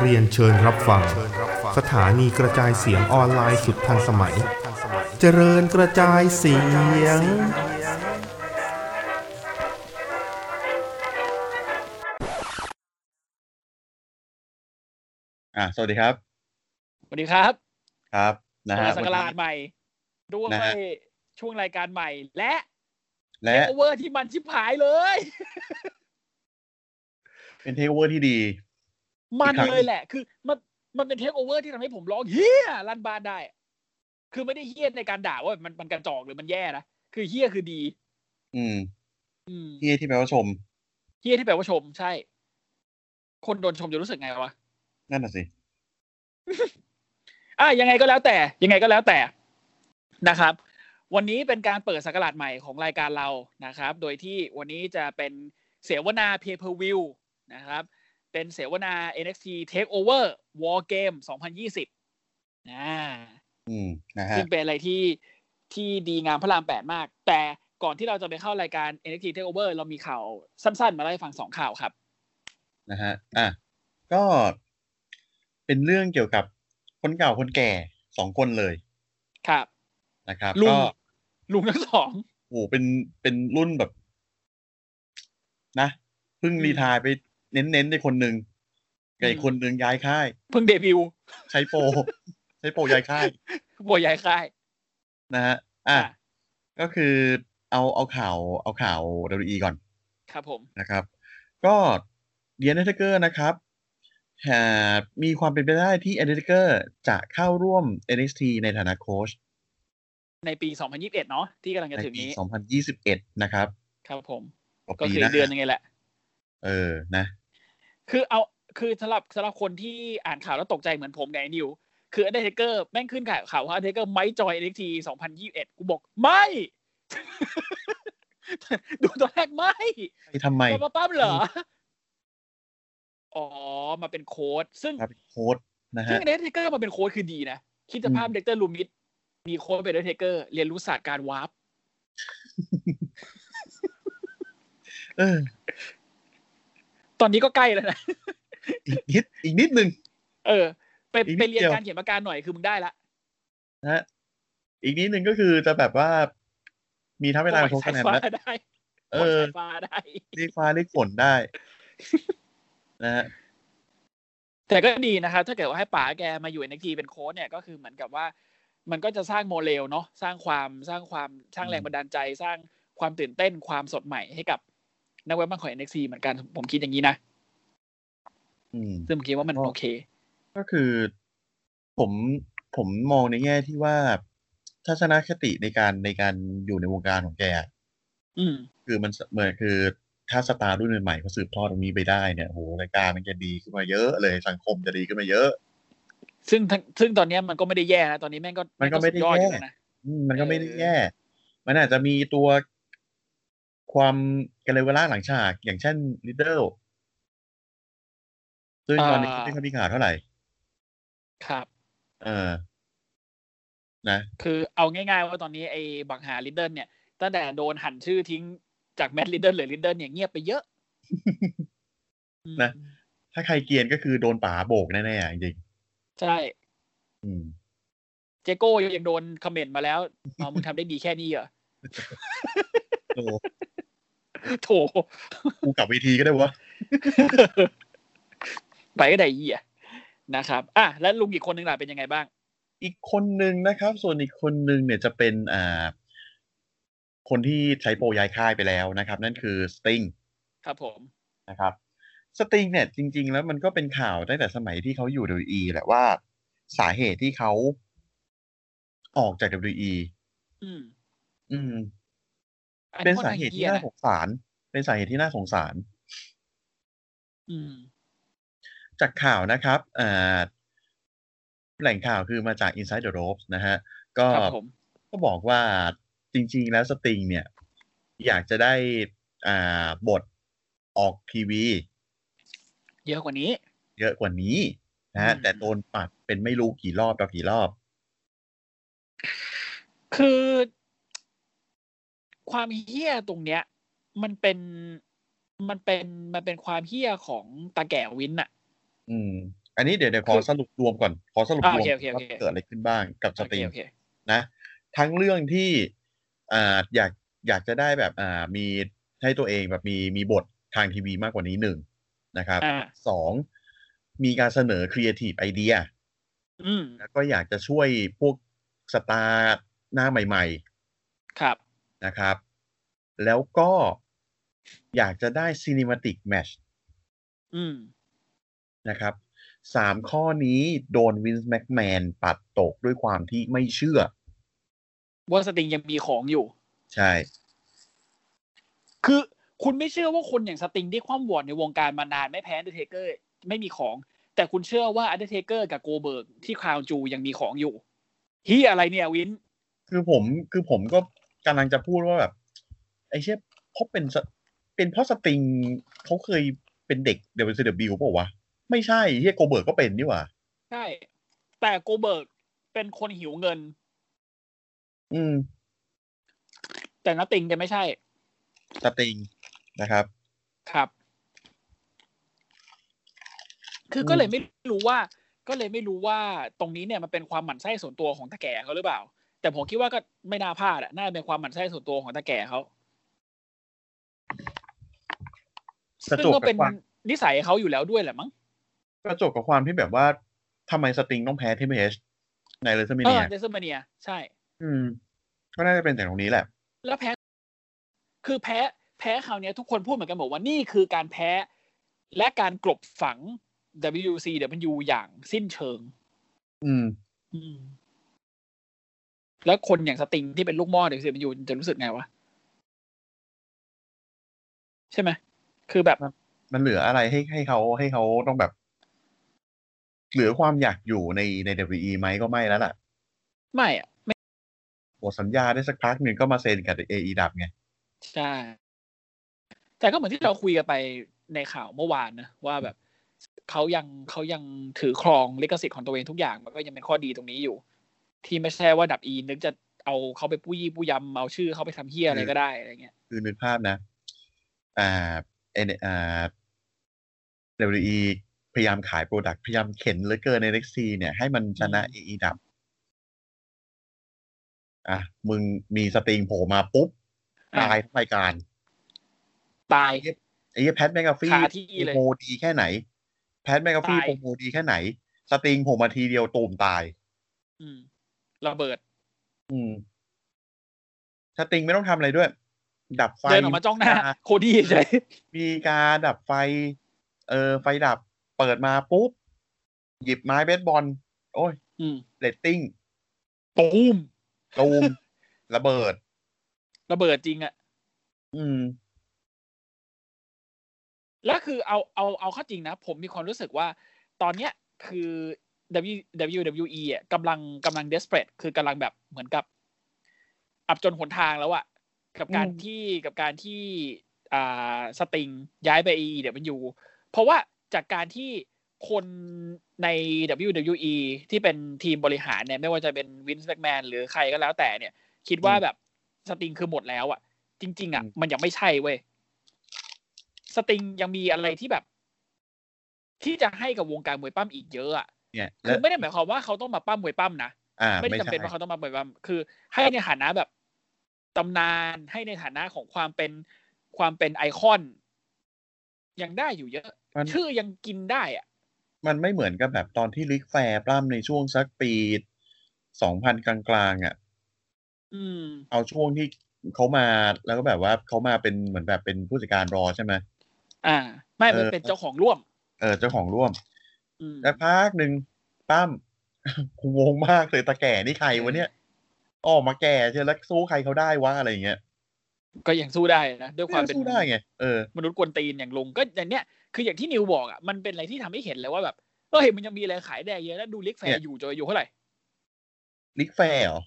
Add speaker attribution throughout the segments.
Speaker 1: เรียนเชิญรับฟัง สถานีกระจายเสียงออนไลน์สุดทันสมัย เจริญกระจายเสียง
Speaker 2: อ่ะสวัสดีครับ
Speaker 3: สวัสดีครับ
Speaker 2: ครับนะฮะ
Speaker 3: เปิดสักราชใหม่ ด้วย
Speaker 2: นะฮะ
Speaker 3: ช่วงรายการใหม่ และ
Speaker 2: และ
Speaker 3: โอเวอร์ที่มันชิบหายเลย
Speaker 2: เป็นเทคโอเวอร์ที่ดี
Speaker 3: มัน
Speaker 2: อีกครั้ง
Speaker 3: เลยแหละ คือมันมันเป็นเทคโอเวอร์ที่ทำให้ผมร้องเฮียลั่นบ้านได้ คือไม่ได้เฮียในการด่าว่ามันมันกระจอกหรือมันแย่นะ คือเฮียคือดี
Speaker 2: อืม
Speaker 3: อืม
Speaker 2: ที่ที่แปลว่าชม
Speaker 3: เฮียที่แปลว่าชมใช่ คนโดนชมจะรู้สึกไงวะ
Speaker 2: นั่นน่ะสิ
Speaker 3: อ่ะยังไงก็แล้วแต่ยังไงก็แล้วแต่นะครับ วันนี้เป็นการเปิดสักราชใหม่ของรายการเรานะครับ โดยที่วันนี้จะเป็นเสวนา Pay Per View นะครับ เป็นเสวนา NXT Takeover War Game 2020อ่า
Speaker 2: อืมนะฮะ
Speaker 3: ซึ่งเป็นอะไรที่ที่ดีงามพระราม 8 มาก แต่ก่อนที่เราจะไปเข้ารายการ NXT Takeover เรามีข่าวสั้น ๆ มาเล่าให้ฟังสองข่าวครับ
Speaker 2: นะฮะอ่ะก็เป็นเรื่องเกี่ยวกับคนเก่าคนแก่สองคนเลย
Speaker 3: ครับ
Speaker 2: นะครับ
Speaker 3: ลุง
Speaker 2: ก็
Speaker 3: ลุงทั้งสอง
Speaker 2: โอ้โหเป็นเป็นรุ่นแบบ นะเพิ่ง
Speaker 3: อืม
Speaker 2: รีไทายไปเน้นๆในคนหนึ่งกับอีกคนหนึ่งย้ายค่าย
Speaker 3: เพิ่งเดบิวต์
Speaker 2: ใช้โปร ใช้โปรย้ายค่าย
Speaker 3: บัวใหญ่ค่าย
Speaker 2: นะฮะอ่ะก็คือเอาเอาข่าว เอาข่าว WWE ก่อน
Speaker 3: ครับผม
Speaker 2: นะครับ ก็เดียนเทเกอร์นะครับหากมีความเป็นไปได้ที่เอเดเกอร์จะเข้าร่วม NXT ในฐานะโค้ช
Speaker 3: ในปี 2021 เนาะที่กำลังจะ
Speaker 2: ใน
Speaker 3: ถึง
Speaker 2: ปี
Speaker 3: นี้
Speaker 2: 2021 นะครับ
Speaker 3: ครับผม
Speaker 2: ต่อ
Speaker 3: ก็
Speaker 2: ปี
Speaker 3: คือ
Speaker 2: หนะ
Speaker 3: เดือนยังไงแหละ
Speaker 2: เออนะ
Speaker 3: คือเอาคือสำหรับสำหรับคนที่อ่านข่าวแล้วตกใจเหมือนผมกับไงนิว คืออันเดอร์เทเกอร์แม่งขึ้นข่าวข่าวว่าอันเดอร์เทเกอร์ไม่จอยเอ็กที2021 กูบอกไม่ ดูตอนแรกไม่
Speaker 2: ไปทำไม
Speaker 3: มาปั๊บเหรอ อ๋อ มาเป็นโค้ดซึ่ง
Speaker 2: ครับโค้ชนะ
Speaker 3: ซึ่
Speaker 2: ฮะ
Speaker 3: งเดทเทเกอร์มาเป็นโค้ชคือดีนะ คิดสภาพ
Speaker 2: อืม
Speaker 3: เด็กเตอร์ลูมิดมีโค้ชเป็นเดทเทเกอร์เรียนรู้ศาสตร์การวาร์ป
Speaker 2: เออ
Speaker 3: ตอนนี้ก็ใกล้แล้วนะ
Speaker 2: อีกนิด อีกนิดนึง
Speaker 3: เออ ไป
Speaker 2: อีกนิ
Speaker 3: ไป
Speaker 2: ด
Speaker 3: เรียน
Speaker 2: เดียว
Speaker 3: การเขียนปากกาหน่อยคือมึงได้ละ
Speaker 2: นะฮะ อีกนิดนึงก็คือจะแบบว่า มีทั้งเวลาโค้ชคะแนน
Speaker 3: ปล่อย
Speaker 2: แล้ว
Speaker 3: สายฟ้าได้
Speaker 2: เอ
Speaker 3: ปล่อ
Speaker 2: อ
Speaker 3: ยสายฟ้าได้
Speaker 2: เรียกฟ้าเรียกฝนได้ นะฮะ
Speaker 3: แต่ก็ดีนะครับ ถ้าเกิดว่าให้ป๋าแกมาอยู่ในทีเป็นโค้ชเนี่ยก็คือเหมือนกับว่า มันก็จะสร้างโมเลลเนาะสร้างความสร้างความสร้างแรงบันดาลใจ สร้างความตื่นเต้นความสดใหม่ให้กับนักเว็บบ้างของ NXT เหมือนกันผมคิดอย่างนี้นะ
Speaker 2: อืม
Speaker 3: ซึ่งผมคิดว่ามัน
Speaker 2: อ๋อ
Speaker 3: โอเค
Speaker 2: ก็คือผมผมมองในแง่ที่ว่าทัศนคติในการในการอยู่ในวงการของแก
Speaker 3: อืม
Speaker 2: คือมันเหมือนคือถ้าสตาร์รุ่นใหม่ๆเขาสืบทอดตรงนี้ไปได้เนี่ยโหรายการมันจะดีขึ้นมาเยอะเลยสังคมจะดีขึ้นมาเยอะ
Speaker 3: ซึ่งทั้งซึ่งตอนเนี้ยมันก็ไม่ได้แย่นะตอนนี้แม่งก็
Speaker 2: มันก็ไม่ได้
Speaker 3: สุยออยู่
Speaker 2: แย่
Speaker 3: แล้วนะ
Speaker 2: อืมมันก็ไม่ได้
Speaker 3: เออ
Speaker 2: แย่ มันอาจจะมีตัวความกันเลยเวลาหลังฉาก อย่างเช่นลิเดลซึ่งตอนนี้ไม่ค่อยมีข่าวเท่าไหร่
Speaker 3: ครับ
Speaker 2: เออ นะ
Speaker 3: คือเอาง่ายๆว่าตอนนี้ไอ้บังหาลิดเดิลเนี่ยตั้งแต่โดนหันชื่อทิ้งจากแมตต์ลิดเดิลหรือลิดเดิลเนี่ยเงียบไปเยอะ
Speaker 2: นะ
Speaker 3: อืม
Speaker 2: ถ้าใครเกรียนก็คือโดนป๋าโบกแน่ๆจริง
Speaker 3: ใช่
Speaker 2: ๆอืม
Speaker 3: เจโก้ยังโดนคอมเมนต์มาแล้วเอามึงทำได้ดีแค่นี้เหรอ
Speaker 2: โอ้
Speaker 3: โถ
Speaker 2: กูกลับเวทีก็ได้วะ
Speaker 3: ไปก็ได้เหี้ยนะครับ อ่ะแล้วลุงอีกคนหนึ่งล่ะเป็นยังไงบ้าง
Speaker 2: อีกคนหนึ่งนะครับ ส่วนอีกคนหนึ่งเนี่ยจะเป็นอ่า คนที่ใช้โปรย้ายค่ายไปแล้วนะครับ นั่นคือสติง
Speaker 3: ครับผม
Speaker 2: นะครับสติงเนี่ยจริง ๆ แล้วมันก็เป็นข่าวตั้งแต่สมัยที่เขาอยู่ WWE แหละว่าสาเหตุที่เขาออกจาก WWE
Speaker 3: อืม
Speaker 2: อืม
Speaker 3: อั
Speaker 2: เป็น
Speaker 3: ค่อ
Speaker 2: สา
Speaker 3: ข้ง
Speaker 2: เหตุที่
Speaker 3: หี้ย
Speaker 2: น่า
Speaker 3: นะ
Speaker 2: สงสาร เป็นสาเหตุที่น่าสงสาร
Speaker 3: อืม
Speaker 2: จากข่าวนะครับอ่าแหล่งข่าวคือมาจาก Inside the Ropes นะฮะ ก็
Speaker 3: ครับผม
Speaker 2: ก็บอกว่าจริง ๆ แล้วสติงเนี่ย อยากจะได้อ่าบทออกทีวี
Speaker 3: เยอะกว่านี้
Speaker 2: เยอะกว่านี้นะฮะ
Speaker 3: อืม
Speaker 2: แต่โดนปัดเป็นไม่รู้กี่รอบต่อกี่รอบ
Speaker 3: คือ ความเฮี้ยตรงเนี้ย มันเป็นมันเป็นมันเป็นความเฮี้ยของตาแก่วินอะ
Speaker 2: อืม อันนี้เดี๋ยวเดี๋ยวขอสรุปรวมก่อน ขอสรุปรวม
Speaker 3: อ่าโอเคโอเคโอ
Speaker 2: ว่า
Speaker 3: เค
Speaker 2: เกิดอะไรขึ้นบ้างกับส
Speaker 3: โอ
Speaker 2: ต
Speaker 3: เค
Speaker 2: รีม
Speaker 3: โอเค
Speaker 2: นะทั้งเรื่องที่อ่าอยากอยากจะได้แบบอ่ามีให้ตัวเองแบบมีมีบททางทีวีมากกว่านี้หนึ่งนะครับ
Speaker 3: อ่า
Speaker 2: สองมีการเสนอครีเอทีฟไอเดีย
Speaker 3: อืม
Speaker 2: แล้วก็อยากจะช่วยพวกสตาร์หน้าใหม่
Speaker 3: ครับ
Speaker 2: ๆนะครับ แล้วก็อยากจะได้ซีนิม a ติกแมช
Speaker 3: อืม
Speaker 2: นะครับสามข้อนี้โดนวินส์แม m แมนปัดตกด้วยความที่ไม่เชื่อ
Speaker 3: ว่าสติงยังมีของอยู่
Speaker 2: ใช่
Speaker 3: คือคุณไม่เชื่อว่าคนอย่างสติงที่คว่ำวอดในวงการมานานไม่แพ้อันเดอร์เทเกอร์ไม่มีของ แต่คุณเชื่อว่าอันเดอร์เทเกอร์กับโกเบิร์กที่คราวจูยังมีของอยู่เฮียอะไรเนี่ยวิน
Speaker 2: คือผมคือผมก็กำลังจะพูดว่าแบบ ไอ้เชี่ยเพราะเป็นสเป็นเพราะสตริงเขาเคยเป็นเด็กเดวิสเดบิวเปล่าวะ ไม่ใช่เฮียโกเบิร์กก็เป็นนี่หว่า
Speaker 3: ใช่ แต่โกเบิร์กเป็นคนหิวเงิน
Speaker 2: อืม
Speaker 3: แต่นัตติงจะไม่ใช่
Speaker 2: สตริงนะครับ
Speaker 3: ครับ คือก็เลยไม่รู้ว่า ก็เลยไม่รู้ว่าตรงนี้เนี่ยมันเป็นความหมั่นไส้ส่วนตัวของตาแก่เขาหรือเปล่า แต่ผมคิดว่าก็ไม่น่าพลาดอะน่าเป็นความหมั่นไส้ส่วนตัวของตาแก่เขา
Speaker 2: ประ
Speaker 3: ซึ่
Speaker 2: จว
Speaker 3: ง
Speaker 2: บ
Speaker 3: ก็
Speaker 2: กับ
Speaker 3: เป็น
Speaker 2: ความ
Speaker 3: นิสัยเขาอยู่แล้วด้วยแหละมั้ง
Speaker 2: ประจบกับความที่แบบว่าทำไมสตริงต้องแพ้ที่เมชในเลเซอร์เม
Speaker 3: เอ
Speaker 2: เนี
Speaker 3: อย เดซเมเนีย ใช่
Speaker 2: อืม ก็น่าจะเป็นแต่ตรงนี้แหละ
Speaker 3: แล้วแพ้ คือแพ้ แพ้คราวเนี้ยทุกคนพูดเหมือนกันบอกว่านี่คือการแพ้ และการกลบฝัง WCW อย่างสิ้นเชิง
Speaker 2: อืม
Speaker 3: แล้วคนอย่างสติงที่เป็นลูกหม้อเด็กสิบยูจะรู้สึกไงวะ ใช่ไหม คือแบบ
Speaker 2: มันเหลืออะไรให้ให้เขาให้เขาต้องแบบ เหลือความอยากอยู่ในใน WWE ไหมก็ไม่แล้วล่ะ
Speaker 3: ไม่อะไม่
Speaker 2: หมดสัญญาได้สักพักหนึ่งก็มาเซ็นกับ AE ดับไง
Speaker 3: ใช่ แต่ก็เหมือนที่เราคุยกันไปในข่าวเมื่อวานนะ ว่าแบบเขายังเขายังถือครองลิขสิทธิ์ของตัวเองทุกอย่าง มันก็ยังเป็นข้อดีตรงนี้อยู่ ที่ไม่ใช่ว่าดับอีนึกจะเอาเขาไปปุ้ยยี่ปุ้ยยำเอาชื่อเขาไปทำเฮียอะไรก็ได้อะไรเงี้ย
Speaker 2: คือนึกภาพนะ อ่าเออ่า WWE พยายามขายโปรดักต์พยายามเข็นเหลือเกินใน NXT เนี่ย ให้มันชนะ AE ดับ อ่ะ มึงมีสตริงโผล่มาปุ๊บ
Speaker 3: อ่ะ
Speaker 2: ตายทั้งรายการ
Speaker 3: ตาย
Speaker 2: ไอ้เหี้ยแพทแมกกาฟี่
Speaker 3: คาที่เลย
Speaker 2: โมดีแค่ไหน แพทแมกกาฟี่
Speaker 3: ตาย
Speaker 2: โปรโมดีแค่ไหน สตริงโผล่มาทีเดียวตูมตาย
Speaker 3: อืมระเบิด
Speaker 2: อืม สตริงไม่ต้องทำอะไรด้วย ดับไฟ
Speaker 3: เดินออกมาจ้องหน้า โคดี้เฉย
Speaker 2: มีการดับไฟ เออ ไฟดับ เปิดมาปุ๊บ หยิบไม้เบสบอล โอ้ย
Speaker 3: อืม
Speaker 2: เรตติ้ง
Speaker 3: ตูม
Speaker 2: ตูม ระเบิด
Speaker 3: ระเบิดจริงอะ
Speaker 2: อืม
Speaker 3: แล้วคือเอาเอาเอาเข้าจริงนะ ผมมีความรู้สึกว่า ตอนเนี้ยคือ W WWE อ่ะกำลังกำลัง desperate คือกำลังแบบเหมือนกับ อับจนหนทางแล้วอะกับการ
Speaker 2: อืม
Speaker 3: ที่กับการที่อ่าสติงย้ายไป AEW เพราะว่าจากการที่คนใน WWE ที่เป็นทีมบริหารเนี่ยไม่ว่าจะเป็นวินส์แมกแมนหรือใครก็แล้วแต่เนี่ย คิดว่าแบบสติงคือหมดแล้วอะจริง ๆอะ
Speaker 2: อืม
Speaker 3: มันยังไม่ใช่เว้ยสติงยังมีอะไรที่แบบ ที่จะให้กับวงการมวยปั้มอีกเยอะอะ
Speaker 2: เนี่ย
Speaker 3: คื
Speaker 2: และ
Speaker 3: อไม่ได้หมายความว่าเขาต้องมาปั้มมวยปั้มนะ
Speaker 2: อ่า
Speaker 3: ไม่ได้
Speaker 2: ไม่
Speaker 3: จำ
Speaker 2: ใช่
Speaker 3: เป็นว่าเขาต้องมาเปิดบัมคือ ให้ในฐานะแบบตำนานให้ในฐานะของความเป็นความเป็นไอคอน ยังได้อยู่เยอะ
Speaker 2: มัน
Speaker 3: ชื่อยังกินได้อะ
Speaker 2: มันไม่เหมือนกับแบบตอนที่ลิกแฟร์ปล้ำในช่วงสักปีสองพันกลางๆอ่ะ
Speaker 3: อืม
Speaker 2: เอาช่วงที่เขามาแล้วก็แบบว่าเขามาเป็นเหมือนแบบเป็นผู้จัดการรอใช่ไหม
Speaker 3: อ่า ไม่
Speaker 2: เออ
Speaker 3: มันเป็นเจ้าของร่วม
Speaker 2: เออ เจ้าของร่วม
Speaker 3: อืม
Speaker 2: สักพักหนึ่งตั้ม กูงงมากเลยตาแก่นี่ใครวะเนี่ยออกมาแก่เชียวแล้วสู้ใครเขาได้วะอะไรอย่างเงี้ย
Speaker 3: ก็ยังสู้ได้นะด้วยความเป็น
Speaker 2: สู้ได้ไงเออ
Speaker 3: มนุษย์กวนตีนอย่างลุงก็อย่างเนี้ยคืออย่างที่นิวบอกอ่ะมันเป็นอะไรที่ทำให้เห็นเลยว่าแบบเออเห็นมันยังมีอะไรขายได้เยอะแล้วดูเล็กแฟ
Speaker 2: เนี่ย
Speaker 3: ร์อยู่จนอายู่เท่าไหร่
Speaker 2: ลิกแฟร์เหรอ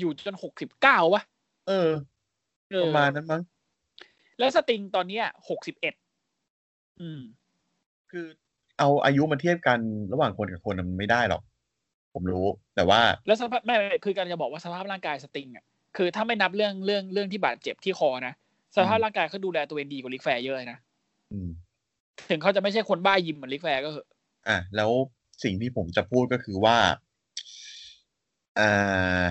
Speaker 3: อยู่จนหกสิบเก้าวะ
Speaker 2: เออ
Speaker 3: เออ
Speaker 2: ประมาณนั้นมั้ง
Speaker 3: แล้วสติงตอนเนี้ยหกสิบเอ็ดอืม
Speaker 2: คือเอาอายุมาเทียบกันระหว่างคนกับคนมันไม่ได้หรอก ผมรู้ แต่ว่า
Speaker 3: แล้วสภาพไม่ไม่คือกำลัรจะบอกว่าสภาพร่างกายสติงอ่ะคือถ้าไม่นับเรื่องเรื่องเรื่องที่บาดเจ็บที่คอนะ สภาพร่างกายเขาดูแลตัวเองดีกว่าลิกแฟร์เยอะนะ
Speaker 2: อืม
Speaker 3: ถึงเขาจะไม่ใช่คนบ้ายิมเหมือนลิกแฟร์ก็เหอะ
Speaker 2: อ่ะแล้วสิ่งที่ผมจะพูดก็คือว่าอ่า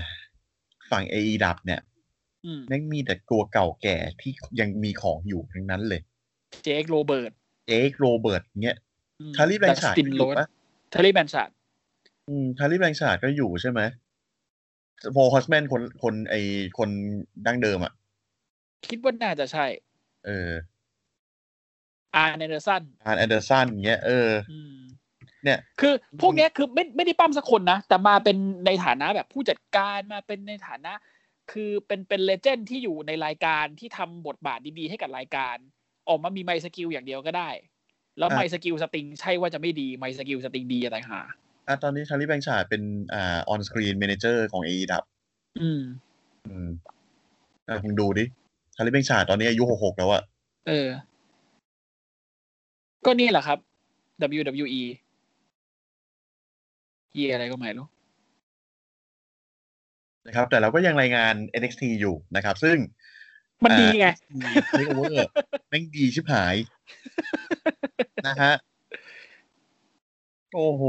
Speaker 2: ฝั่งเอดับเนี่ย
Speaker 3: อืม
Speaker 2: แม่งมีแต่ตัวเก่าแก่ที่ยังมีของอยู่ทั้งนั้นเลย
Speaker 3: เจคโรเบิร์ต
Speaker 2: เจคโรเบิร์ตเงี้ย
Speaker 3: อืม
Speaker 2: ทาริแบงชาร์ด
Speaker 3: ดัสติน
Speaker 2: ก็อยู่
Speaker 3: โรส
Speaker 2: ปะ
Speaker 3: ทาริแบนชาร์ด
Speaker 2: อืมทาริแบงชาร์ดก็อยู่ใช่ไหมโพลฮอสแมนคนคนไอคนดั้งเดิมอ่ะ
Speaker 3: คิดว่าน่าจะใช่
Speaker 2: เออ
Speaker 3: อาร์เนเดอร์สัน
Speaker 2: อานแอนเดอร์สันเงี้ยเออ
Speaker 3: อืม
Speaker 2: เนี่ย
Speaker 3: คือพวกเนี้ยคือไม่ไม่ได้ปั้มสักคนนะ แต่มาเป็นในฐานะแบบผู้จัดการมาเป็นในฐานะ คือเป็นเป็นเลเจนด์ที่อยู่ในรายการที่ทำบทบาทดีๆ ให้กับรายการ ออกมามีไมสกิลอย่างเดียวก็ได้ แล้วไมสกิลสติงใช่ว่าจะไม่ดีไมสกิลสติงดีอะไรหา
Speaker 2: อ่ะตอนนี้ทาริแบงชาร์ดเป็นอ่าออนสกรีนเมนเจอร์ของเอดับ
Speaker 3: อืม
Speaker 2: อืมอ่ะมึงดูดิทาริแบงชาร์ดตอนนี้อายุหกหกแล้วอะ
Speaker 3: เออ ก็นี่แหละครับ WWE เยียอะไรก็ไม่รู้
Speaker 2: นะครับแต่เราก็ยังรายงาน NXT อยู่นะครับ ซึ่ง
Speaker 3: มันดีไง
Speaker 2: เทคโอเวอร์แม่งดีชิบหาย นะฮะ โอ้โห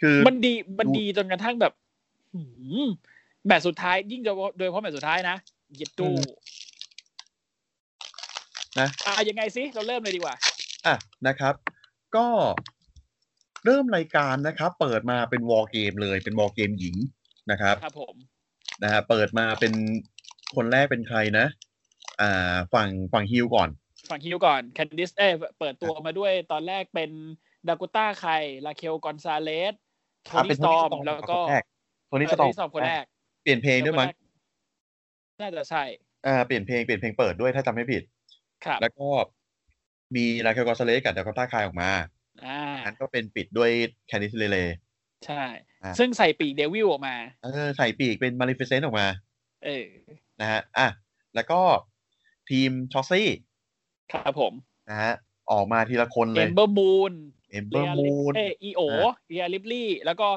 Speaker 2: คือ
Speaker 3: มันดี มันดีจนกระทั่งแบบหืมแมตช์สุดท้าย ยิ่งโดยเฉพาะโดยเฉพาะแมตช์สุดท้ายนะเย็ดตู้
Speaker 2: นะ
Speaker 3: อ่ะยังไงสิ เราเริ่มเลยดีกว่า
Speaker 2: อ่ะนะครับ ก็เริ่มรายการนะครับ เปิดมาเป็นวอลเกมเลยเป็นวอลเกมหญิงนะครับ
Speaker 3: ครับผม
Speaker 2: นะฮะเปิดมาเป็นคนแรกเป็นใครนะ อ่า ฝั่งฝั่งฮิวก่อน
Speaker 3: ฝั่งฮิวก่อนแคนดิสเอ้ยเปิดตัวมาด้วยตอนแรกเป็นดากูต้าไคลาเคลกอนซาเลสโท
Speaker 2: อ่ะเป็
Speaker 3: นี่
Speaker 2: น
Speaker 3: สตอม
Speaker 2: Tony Storm
Speaker 3: แล้วก็
Speaker 2: คนแรก Tony
Speaker 3: เออ
Speaker 2: Storm
Speaker 3: คนแรก
Speaker 2: เปลี่ยนเพลงด้วยมั้ง
Speaker 3: น่าจะใช่
Speaker 2: อ่าเปลี่ยนเพลงเปลี่ยนเพลงเปิดด้วยถ้าจำไม่ผิด
Speaker 3: ครับ
Speaker 2: แล้วก็มีราเคลกอนซาเลสกับดาโกต้าคายออกมา
Speaker 3: อ่า
Speaker 2: อันก็เป็นปิดด้วยแคนดิสเลเล
Speaker 3: ใช่
Speaker 2: อ่ะ
Speaker 3: ซึ่งใส่ปีกเดวิลออกมา
Speaker 2: เออใส่ปีกเป็นมา l ิฟิเซนต์ออกมา
Speaker 3: เออ
Speaker 2: นะฮะ อ่ะ แล้วก็ทีมชอสซี่
Speaker 3: ครับผม
Speaker 2: นะฮะ ออกมาทีละคนเล
Speaker 3: เอย มเบอร์มูน
Speaker 2: เอมเบอร์มูน
Speaker 3: เอยอีโอ
Speaker 2: อ่ะ
Speaker 3: เรียลิปลี่ แล้วก็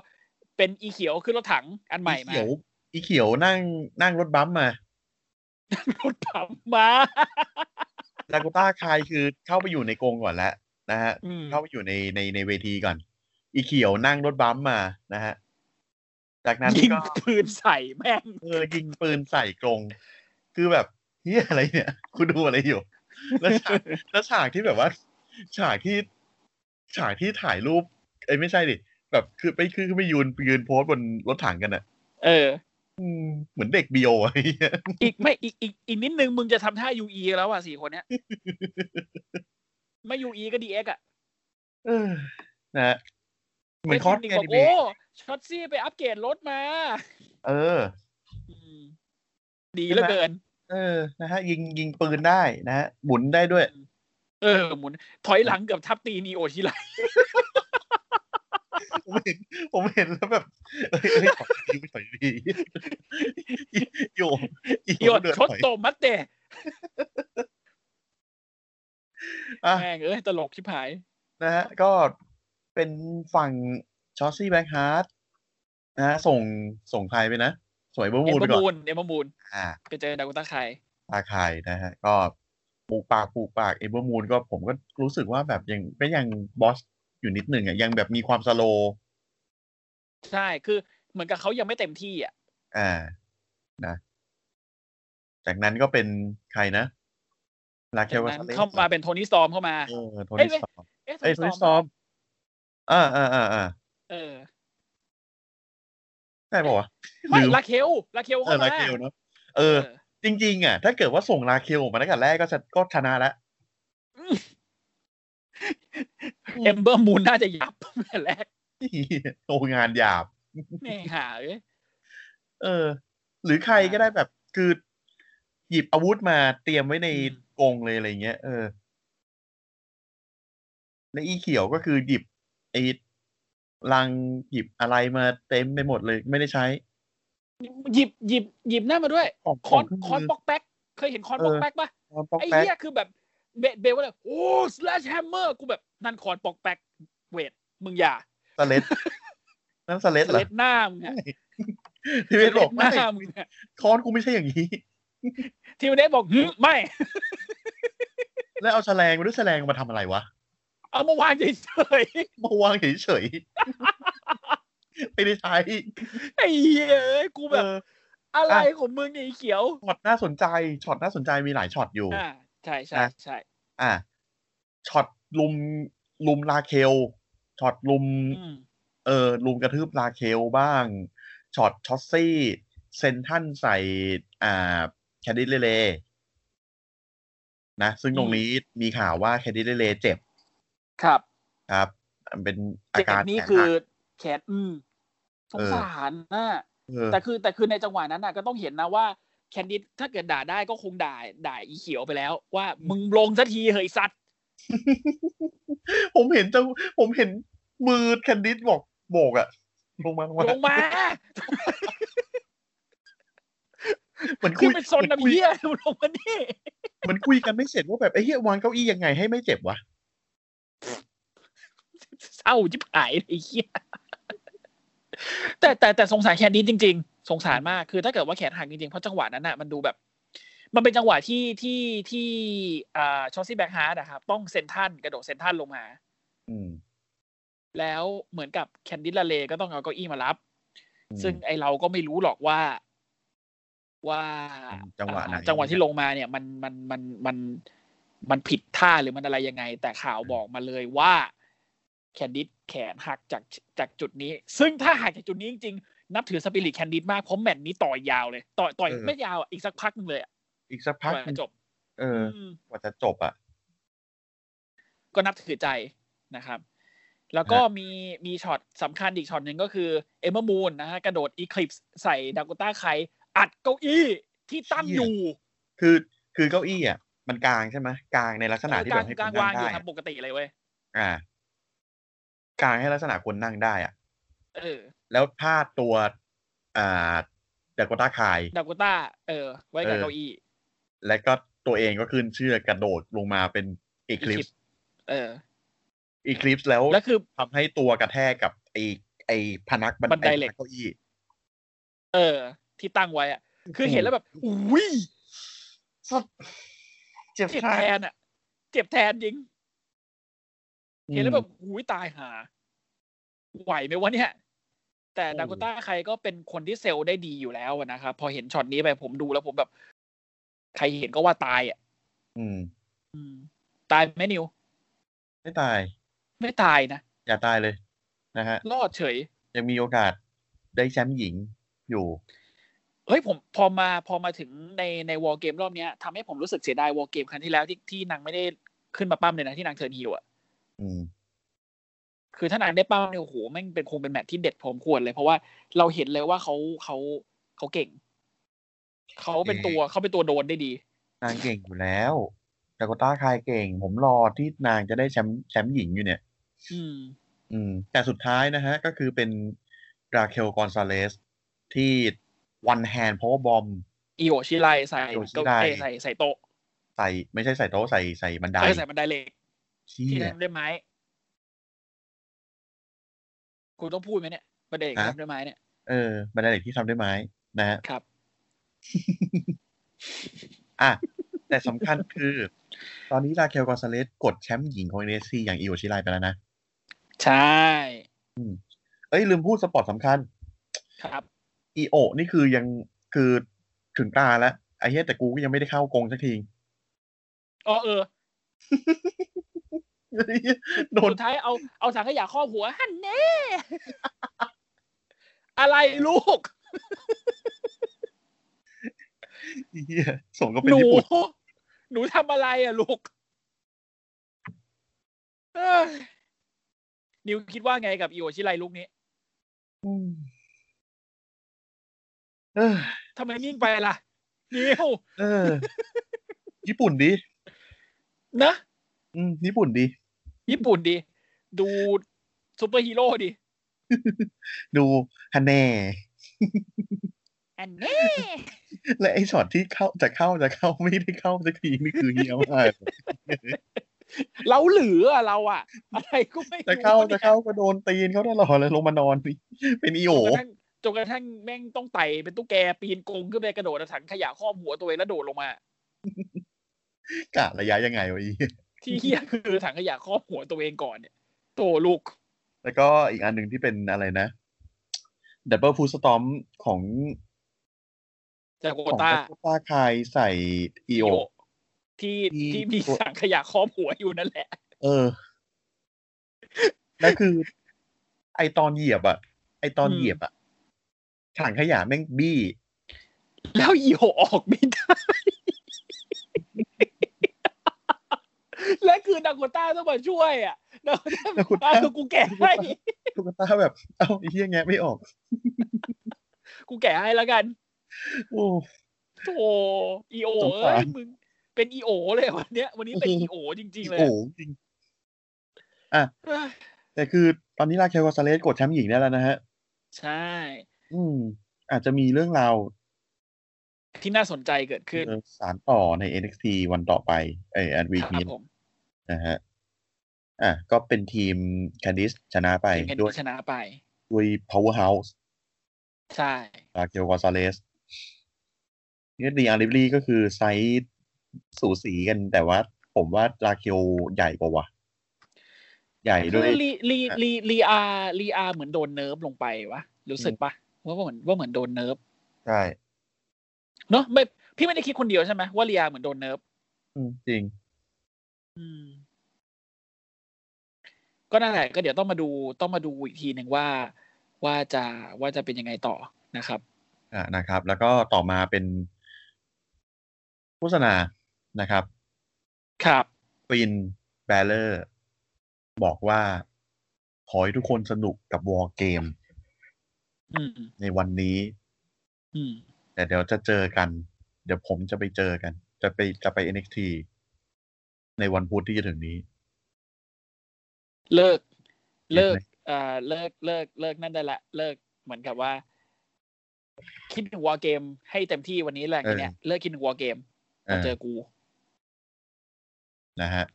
Speaker 3: เป็นอีเขียวขึ้นรถถังอันใหม่มา
Speaker 2: เขียว อีเขียวนั่งนั่งรถบัมป์มาร
Speaker 3: ถถัง มา
Speaker 2: ดาโกต้าคายคือเข้าไปอยู่ในกรงก่อนแล้วนะฮะ
Speaker 3: อืม
Speaker 2: เข้าไปอยู่ในในในเวทีก่อน อีเขียวนั่งรถบัมป์มา นะฮะ จากนั้น
Speaker 3: ยิง
Speaker 2: ก็
Speaker 3: ปืนใส่แม่ง
Speaker 2: เออยิงปืนใส่กรง คือแบบเฮียอะไรเนี่ย คุณดูอะไรอยู่ แล้วฉาก แล้วฉากที่แบบว่า ฉากที่ฉากที่ถ่ายรูป เอ้ยไม่ใช่ดิแบบคือไปคือไปยืนยืนโพสบนรถถังกันอะ
Speaker 3: เออ
Speaker 2: อืมเหมือนเด็กบีโออะไรเงี้ย
Speaker 3: อีกไม่อีกอีกอีกนิดนึงมึงจะทำท่ายูอีแล้วอ่ะสี่คนเนี้ย ไม่ยูอีก็ดีเอ็กอ่ะ
Speaker 2: เออนะฮะเหมือนคอส
Speaker 3: แล้วทีหนึ่
Speaker 2: แอ
Speaker 3: งบอก
Speaker 2: นิเม
Speaker 3: โอ้
Speaker 2: ต
Speaker 3: ช็อตซี่ไปอัปเกรดรถมา
Speaker 2: เออ
Speaker 3: อืมดีเหลือเกิน
Speaker 2: เออนะฮะ ยิงยิงปืนได้นะฮะหมุนได้ด้วย
Speaker 3: เออหมุน ถอยหลังเกือบทับตีนีโอชิระ
Speaker 2: ผมเห็นผมเห็นแล้วแบบเอ้ยเอ้ยถอยดีถอยดี โยม
Speaker 3: โยนชด
Speaker 2: ถอย
Speaker 3: โตมัดเตะ
Speaker 2: อ่ะ
Speaker 3: แม่งเอ้ยตลกชิบหาย
Speaker 2: นะฮะก็เป็นฝั่งชอสซี่แบ็คฮาร์ดนะฮะส่งส่งใครไปนะ สวยเบอร์
Speaker 3: เอ็
Speaker 2: มู
Speaker 3: ม
Speaker 2: นไป
Speaker 3: เบอ
Speaker 2: ก่อ
Speaker 3: ร์มู
Speaker 2: น
Speaker 3: นเอ็มเบอร์มูน
Speaker 2: อ่า
Speaker 3: ไปเจอดากุต้าไคร
Speaker 2: ตาคายนะฮะ ก็ปลูกปากปลูกปากเอเบอร์มูนก็ผมก็รู้สึกว่าแบบยังก็ยังบอสอยู่นิดหนึ่งอ่ะยังแบบมีความสโลว์
Speaker 3: ใช่คือเหมือนกับเขายังไม่เต็มที่อ่ะ
Speaker 2: อ่านะ จากนั้นก็เป็นใครนะลาเค
Speaker 3: จาก
Speaker 2: ลวา
Speaker 3: นั้น
Speaker 2: ซาเลส
Speaker 3: เข้ามาเป็นโทนี่สตอมเข้ามา
Speaker 2: เออโท
Speaker 3: เอ้
Speaker 2: นี่
Speaker 3: ย
Speaker 2: สตอ
Speaker 3: เว้ย
Speaker 2: ม
Speaker 3: เอ๊ะโท
Speaker 2: เอ้ย
Speaker 3: นี่
Speaker 2: โท
Speaker 3: สต
Speaker 2: นี่สต
Speaker 3: อม
Speaker 2: อมอ่าอ่าอ่าอ่า
Speaker 3: เออ
Speaker 2: ใช่ป่าวะ
Speaker 3: ไม่
Speaker 2: ลืม
Speaker 3: ลาเคลลาเคล
Speaker 2: เอ
Speaker 3: เข้า
Speaker 2: อลา
Speaker 3: มา
Speaker 2: เคลเนอะเออ
Speaker 3: เออ
Speaker 2: จริง ๆ อ่ะ ถ้าเกิดว่าส่งลาเคลออกมาตั้งแต่แรกก็จะก็ชนะแล้ว
Speaker 3: เอ็มเบอร์มูนน่าจะยับแต่แรก
Speaker 2: โองานหยาบ
Speaker 3: เนี่ยหาเอ้ย
Speaker 2: เออ หรือใครก็ได้แบบคือหยิบอาวุธมาเตรียมไว้ในกรงเลยอะไรเงี้ยเออ และอีเขียวก็คือหยิบไอ้ลังหยิบอะไรมาเต็มไปหมดเลยไม่ได้ใช้
Speaker 3: หยิบหยิบหยิบหน้ามาด้วย
Speaker 2: ของ
Speaker 3: คอน
Speaker 2: ขง
Speaker 3: คอน
Speaker 2: มื
Speaker 3: บ็อกแป๊กเคยเห็นคอนบ็อกแป๊กปะ
Speaker 2: คอนป๊อก
Speaker 3: ไอ้
Speaker 2: แป๊ก
Speaker 3: เหี้ยคือแบบเบเบลว่าเลยโอ้สแลชแฮมเมอร์กูแบบนั่นคอนบ็อกแป๊กเวทมึงอย่า
Speaker 2: ส เลดนั่นสเลดเหร
Speaker 3: เล
Speaker 2: อ
Speaker 3: ดหน้ามึงอะ
Speaker 2: พี่เวทบอก
Speaker 3: หน้า
Speaker 2: ไม่
Speaker 3: มึงอะ
Speaker 2: คอนกูไม่ใช่อย่างนี้
Speaker 3: ทีมเดสบอกหึไม่
Speaker 2: แล้วเอาแฉลงมาด้วยแฉลงมาทำอะไรวะ
Speaker 3: เอามาวางเฉย
Speaker 2: มาวางเฉย ๆ ไม่ได้ใช้
Speaker 3: ๆไอ้เหี้ยเอ้ยกู
Speaker 2: แบ
Speaker 3: แบบ
Speaker 2: บ
Speaker 3: อะไรของมึงเนี่ยไอ้เขียว
Speaker 2: ช็อตน่าสนใจช็อตน่าสนใจมีหลายช็อตอยู่
Speaker 3: อ่าใช่ใช่
Speaker 2: นะ
Speaker 3: ใช่
Speaker 2: อ่ะช็อตลุมลุมลาเคลช็อตลุม
Speaker 3: อืม
Speaker 2: เออลุมกระทืบลาเคลบ้างช็อตช็อตซี่เซนทันใส่อ่าแคดดิเลเลนะซึ่งตรงนี้มีข่าวว่าแคดดิเลเลเจ็บ
Speaker 3: ครับ
Speaker 2: ครับมันเป็นอา
Speaker 3: เจ็
Speaker 2: การ
Speaker 3: บนี่
Speaker 2: แข
Speaker 3: คือ
Speaker 2: หัก
Speaker 3: แขนอืมสง
Speaker 2: เออ
Speaker 3: สารนะ
Speaker 2: เออ
Speaker 3: แต่คือแต่คือในจังหวะนั้นน่ะก็ต้องเห็นนะว่าแคนดิดถ้าเกิดด่าได้ก็คงด่าด่าอีเขียวไปแล้ว ว่ามึงลงสักทีเหยสัตว์
Speaker 2: ผมเห็นเจ้าผมเห็นมือแคนดิสบอกโบกอะลงมาลงมา
Speaker 3: ลงมา
Speaker 2: เหมือนคุ
Speaker 3: ขึ้
Speaker 2: ย
Speaker 3: นไปซ
Speaker 2: เห
Speaker 3: น
Speaker 2: มือ
Speaker 3: น้ำ
Speaker 2: คุย
Speaker 3: เหี้ย ลงมานี่
Speaker 2: เหมือนคุยกันไม่เสร็จว่าแบบไอ้เหี้ยวางเก้าอี้ยังไงให้ไม่เจ็บวะ
Speaker 3: เศร้าจิบหายไอ้เหี้ย แต่แต่แต่สงสารแคนดิดจริง ๆ สงสารมากคือถ้าเกิดว่าแขนหักจริงๆเพราะจังหวะนั้นน่ะมันดูแบบ มันเป็นจังหวะที่ที่ที่อ่าชอซี่แบ็กฮาร์ดอะครับต้องเซนทันกระโดดเซนทันลงมา
Speaker 2: อืม
Speaker 3: แล้วเหมือนกับแคนดิดลาเลก็ต้องเอาเก้าอี้มารับ
Speaker 2: อืม
Speaker 3: ซึ่งไอเราก็ไม่รู้หรอกว่า ว่า
Speaker 2: จังหวะไหน
Speaker 3: อ่าจังหวะที่ลงมาเนี่ยมันมันมันมันมันผิดท่าหรือมันอะไรยังไง แต่ข่าวบอกมาเลยว่า แคนดิดแขนหักจากจากจุดนี้ ซึ่งถ้าหักจากจุดนี้จริงๆนับถือสปิริตแคนดิดมากเพราะแมตช์นี้ต่อยยาวเลยต่อยต่อย
Speaker 2: เออ
Speaker 3: ไม่ยาวอ่ะอีกสักพักหนึงเลยอ่ะ
Speaker 2: อีกสัก
Speaker 3: ก
Speaker 2: พัก
Speaker 3: ว่าจะจบ
Speaker 2: เออ
Speaker 3: ม
Speaker 2: กว่าจะจบอะ
Speaker 3: ก็นับถือใจนะครับ แล้วก็มีมีช็อตสำคัญอีกช็อตหนึ่งก็คือเอเมอร์มูนนะฮะกระโดดอีคลิปใส่ดากูต้าไคอัดเก้าอี้ที่ตั้ง
Speaker 2: เชี่ย
Speaker 3: อยู่
Speaker 2: คือคือเก้าอี้อ่ะมันกลางใช่ไหมกลางในลักษณะที่
Speaker 3: ก
Speaker 2: แบ
Speaker 3: ลาง
Speaker 2: บให้
Speaker 3: ก
Speaker 2: ค
Speaker 3: ลาง
Speaker 2: นนั่
Speaker 3: วาง
Speaker 2: ง
Speaker 3: อ
Speaker 2: ได้
Speaker 3: ยู่
Speaker 2: อะ
Speaker 3: ทำปกติเลยเว้ย
Speaker 2: อ่า กลางให้ลักษณะคนนั่งได้อ่ะ
Speaker 3: เออ
Speaker 2: แล้วพาดตัว อ่าเดกต้าคาย
Speaker 3: ดากูต้าเออ ไว้กั
Speaker 2: เอ
Speaker 3: บ
Speaker 2: อ
Speaker 3: เก้าอี้
Speaker 2: และก็ตัวเองก็ขึ้นเชือกกระโดดลงมาเป็นอีคลิป
Speaker 3: ปเออ
Speaker 2: อีคลิปแล้ว
Speaker 3: แล้วคือ
Speaker 2: ทำให้ตัวกระแทกกับไอไอพนัก
Speaker 3: บันได
Speaker 2: อ้
Speaker 3: เหล็ก
Speaker 2: พนัเก้าอี้
Speaker 3: เออ ที่ตั้งไว้อะคือ
Speaker 2: โอ้โห
Speaker 3: เห็นแล้วแบบอุ้ย
Speaker 2: สัสเจ็บ
Speaker 3: เจ็บ
Speaker 2: ชา
Speaker 3: แทนอ่ะ เจ็บแทนจริง เห็นแล้วแบบอุ้ยตายหา ไหวไหมวะเนี่ย แต่ดากูต้าใครก็เป็นคนที่เซลล์ได้ดีอยู่แล้วอะนะครับ พอเห็นช็อตนี้ไปผมดูแล้วผมแบบ ใครเห็นก็ว่าตายอ่ะ
Speaker 2: อืม
Speaker 3: อืม ตายไหมนิว
Speaker 2: ไม่ตาย
Speaker 3: ไม่ตายนะ
Speaker 2: อย่าตายเลย นะฮะ
Speaker 3: รอดเฉย
Speaker 2: ยังมีโอกาสได้แชมป์หญิงอยู่
Speaker 3: เฮ้ยผมพอมาพอมาถึงในในวอลเกมรอบเนี้ยทำให้ผมรู้สึกเสียดายวอลเกมครั้งที่แล้วที่ที่นางไม่ได้ขึ้นมาปั้มเลยนะที่นางเทิร์นฮีลอ่ะ
Speaker 2: อืม
Speaker 3: คือถ้านางได้ปั้มเนี่ยโอ้โหแม่งเป็นคงเป็นแมตช์ที่เด็ดพอสมควรเลย เพราะว่าเราเห็นเลยว่าเขาเขาเขาเก่ง เขาเป็นตัวเขาเป็นตัวโดนได้ดี
Speaker 2: นางเก่งอยู่แล้วดากต้าคายเก่ง ผมรอที่นางจะได้แชมป์แชมป์หญิงอยู่เนี่ย
Speaker 3: อืม
Speaker 2: อืม แต่สุดท้ายนะฮะ ก็คือเป็นราเคลกอนซาเลส ที่วันแฮน d ์พาวเวอร์บอม
Speaker 3: อีโอชิไลใส่
Speaker 2: อิโอชิ
Speaker 3: เก้า
Speaker 2: ไร
Speaker 3: เอ้ยใส่ใส่โต๊ะ
Speaker 2: ใส่ไม่ใช่ใส่โต๊ะใส่ใส่บันได
Speaker 3: เอ้ยใส่บันไดเหล็ก
Speaker 2: เชี่
Speaker 3: ที่
Speaker 2: ย
Speaker 3: ทำด้วยไม้คุณต้องพูดไหมเนี่ยบันไดเหล็กที่
Speaker 2: ฮะ
Speaker 3: ทำด้วยไม้เนี่ย
Speaker 2: เออ บันไดเหล็กที่ทำด้วยไม้นะฮะ
Speaker 3: ครับ
Speaker 2: อ่ะ แต่สำคัญคือ ตอนนี้ราเคลกอนซาเลสกดแชมป์หญิงของเอเนซีอย่างอิโอชิไลไปแล้วนะ
Speaker 3: ใช่
Speaker 2: เอ้ย ลืมพูดสปอร์ตสำคัญ
Speaker 3: ครับ
Speaker 2: อีโอ นี่คือยังคือถึงตาแล้วไอ้เหี้ยแต่กูก็ยังไม่ได้เข้ากรงสักที
Speaker 3: อ๋อเออ
Speaker 2: โดน
Speaker 3: สุดท้ายเอาเอาถังขยะครอบหัวฮันเน่ อะไรลูก
Speaker 2: เหี้ยส่งก็เป็น
Speaker 3: หนู
Speaker 2: ญี่ปุ่น
Speaker 3: หนูทำอะไรอ่ะลูกเอ้ยนิวคิดว่าไงกับอีโอชิไลลูกนี้
Speaker 2: เออ
Speaker 3: ทำไมนิ่งไปล่ะนิว
Speaker 2: เออ ญี่ปุ่นดี
Speaker 3: นะ
Speaker 2: อืม ญี่ปุ่นดี
Speaker 3: ญี่ปุ่นดี ดูซูเปอร์ฮีโร่ดิ
Speaker 2: ดูฮันแน่
Speaker 3: อันนี้
Speaker 2: และไอ้ช็อตที่เข้าจะเข้าจะเข้าไม่ได้เข้าสักทีนี่คือเฮี้ยมาก
Speaker 3: เราเหลืออะเราอะอะไรก็ไม่รู้
Speaker 2: จะเข้า
Speaker 3: นี่ย
Speaker 2: จะเข้าก็โดนตีนเขาตลอดเลยลงมานอนนี่เป็นอีโอ
Speaker 3: จนกระทั่งจ นกระทั่งแม่งต้องไต่เป็นตุ๊กแกปีนกรงขึ้นไปกระโดดเอาถังขยะครอบหัวตัวเองแล้วโดดลงมา
Speaker 2: กะระยะยังไงวะอี
Speaker 3: ที่เฮียคือถังขยะครอบหัวตัวเองก่อนเนี่ยโตลูก
Speaker 2: แล้วก็อีกอันหนึ่งที่เป็นอะไรนะดับเบิลฟูสตอมของ
Speaker 3: จากโก
Speaker 2: ของ
Speaker 3: ต้า
Speaker 2: ตาคายใส่อีโอ
Speaker 3: ที่
Speaker 2: ที่
Speaker 3: ที่มีถังขยะครอบหัวอยู่นั่นแหละ
Speaker 2: เออ แล้วคือ ไอตอนเหยียบอะไอตอน
Speaker 3: อืม
Speaker 2: เหยียบอะถังขยะแม่งบี้
Speaker 3: แล้วอีโหออกไม่ได้ และคือดักโกต้าต้องมาช่วยอ่ะดัก
Speaker 2: ดาโก
Speaker 3: โก
Speaker 2: ต้า
Speaker 3: ต้าคือกูแก่ให้
Speaker 2: ตุ๊กตาแบบ เอ้าไอ้เหี้ยแงะไม่ออก
Speaker 3: กูแก่ให้แล้วกัน
Speaker 2: โอ้
Speaker 3: โธ่อีโอ
Speaker 2: สง
Speaker 3: เอ้
Speaker 2: สาร
Speaker 3: ยมึง เป็นอีโอเลยวันเนี้ย วันนี้เป็น
Speaker 2: อืม
Speaker 3: อีโอจริง ๆ เลย
Speaker 2: โอ้
Speaker 3: อะ
Speaker 2: จริง
Speaker 3: เอ้ย
Speaker 2: แต่คือตอนนี้ราเคลกอนซาเลสกดแชมป์หญิงได้แล้วนะฮะ
Speaker 3: ใช่
Speaker 2: อืม อาจจะมีเรื่องราว
Speaker 3: ที่น่าสนใจเกิดขึ้น
Speaker 2: เออสารต่อใน NXT วันต่อไปเออแอนวีค
Speaker 3: ครับ
Speaker 2: นี้
Speaker 3: ผม
Speaker 2: นะฮะ อ่ะ ก็เป็นทีมแคนดิสชนะไป
Speaker 3: ทีมแคน
Speaker 2: ด้วย
Speaker 3: ที่ชนะไป
Speaker 2: ด้วย powerhouse
Speaker 3: ใช่
Speaker 2: ราเคลกอนซาเลสเนี่ยดีอาริบลีก็คือไซส์สูสีกันแต่ว่า ผมว่าราเคลใหญ่กว่าว่ะ ใหญ่
Speaker 3: คื
Speaker 2: ด้วย
Speaker 3: อลีลีลีลีอาลีอาเหมือนโดนเนิร์ฟลงไปวะรู้สึกปะว่าว่าเหมือนว่าเหมือนโดนเนิร์ฟ
Speaker 2: ใช่
Speaker 3: เนาะไม่พี่ไม่ได้คิดคนเดียวใช่ไหมว่าลีอาเหมือนโดนเนิร์ฟ
Speaker 2: อืมจริง
Speaker 3: อืม ก็นั่นแหละก็เดี๋ยวต้องมาดูต้องมาดูอีกทีหนึ่งว่า ว่าจะว่าจะเป็นยังไงต่อนะครับ
Speaker 2: อ่านะครับ แล้วก็ต่อมาเป็นโฆษณานะครับ
Speaker 3: ครับ
Speaker 2: ฟินแบลเลอร์บอกว่า ขอให้ทุกคนสนุกกับวอลเกม
Speaker 3: อืม
Speaker 2: ในวันนี้
Speaker 3: อืม
Speaker 2: แต่เดี๋ยวจะเจอกัน เดี๋ยวผมจะไปเจอกัน จะไปจะไป NXT ในวันพุธที่จะถึงนี้
Speaker 3: เลิก เลิก
Speaker 2: เห็นไหม
Speaker 3: เอ่อเลิกเลิกเลิกนั่นได้ละ เลิกเหมือนกับว่า คิดถึงวอลเกม ให้เต็มที่วันนี้แหละทีเนี้ยเลิกคิดถึงวอลเกม
Speaker 2: เอ
Speaker 3: มา
Speaker 2: อ
Speaker 3: เจอกู
Speaker 2: นะฮะ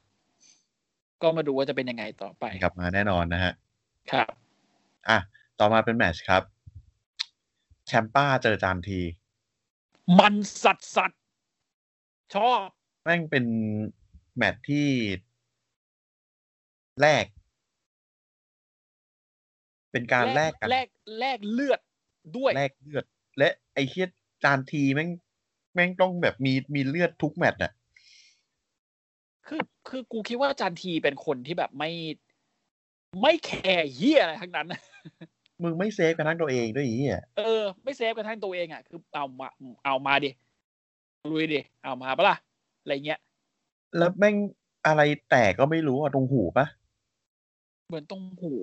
Speaker 3: ก็มาดูว่าจะเป็นยังไงต่อไป
Speaker 2: กลับมาแน่นอนนะฮะ
Speaker 3: ครับ
Speaker 2: อ่ะ ต่อมาเป็นแมตชครับ แชมป้าเจอจานที
Speaker 3: มันสัตว์สัตว์ชอบ
Speaker 2: แม่งเป็นแมตช์ที่แลก เป็นการแลกกัน
Speaker 3: แลกแลกเลือดด้วย
Speaker 2: แลกเลือด และไอ้เคียจานทีแม่งแม่งต้องแบบมีมีเลือดทุกแมตช์น่ะ
Speaker 3: คือ คือกูคิดว่าจันทีเป็นคนที่แบบไม่ ไม่แคร์เฮียอะไรทั้งนั้น
Speaker 2: มึงไม่เซฟกันทั้งตัวเองด้วยไอ้เฮีย
Speaker 3: เออ ไม่เซฟกระทั่งตัวเองอ่ะ คือเอามาเอามาดิลุยดิเอามาปะล่ะอะไรเงี้ย
Speaker 2: แล้วแม่งอะไรแตกก็ไม่รู้อ่ะตรงหูปะ
Speaker 3: เหมือนตรงหู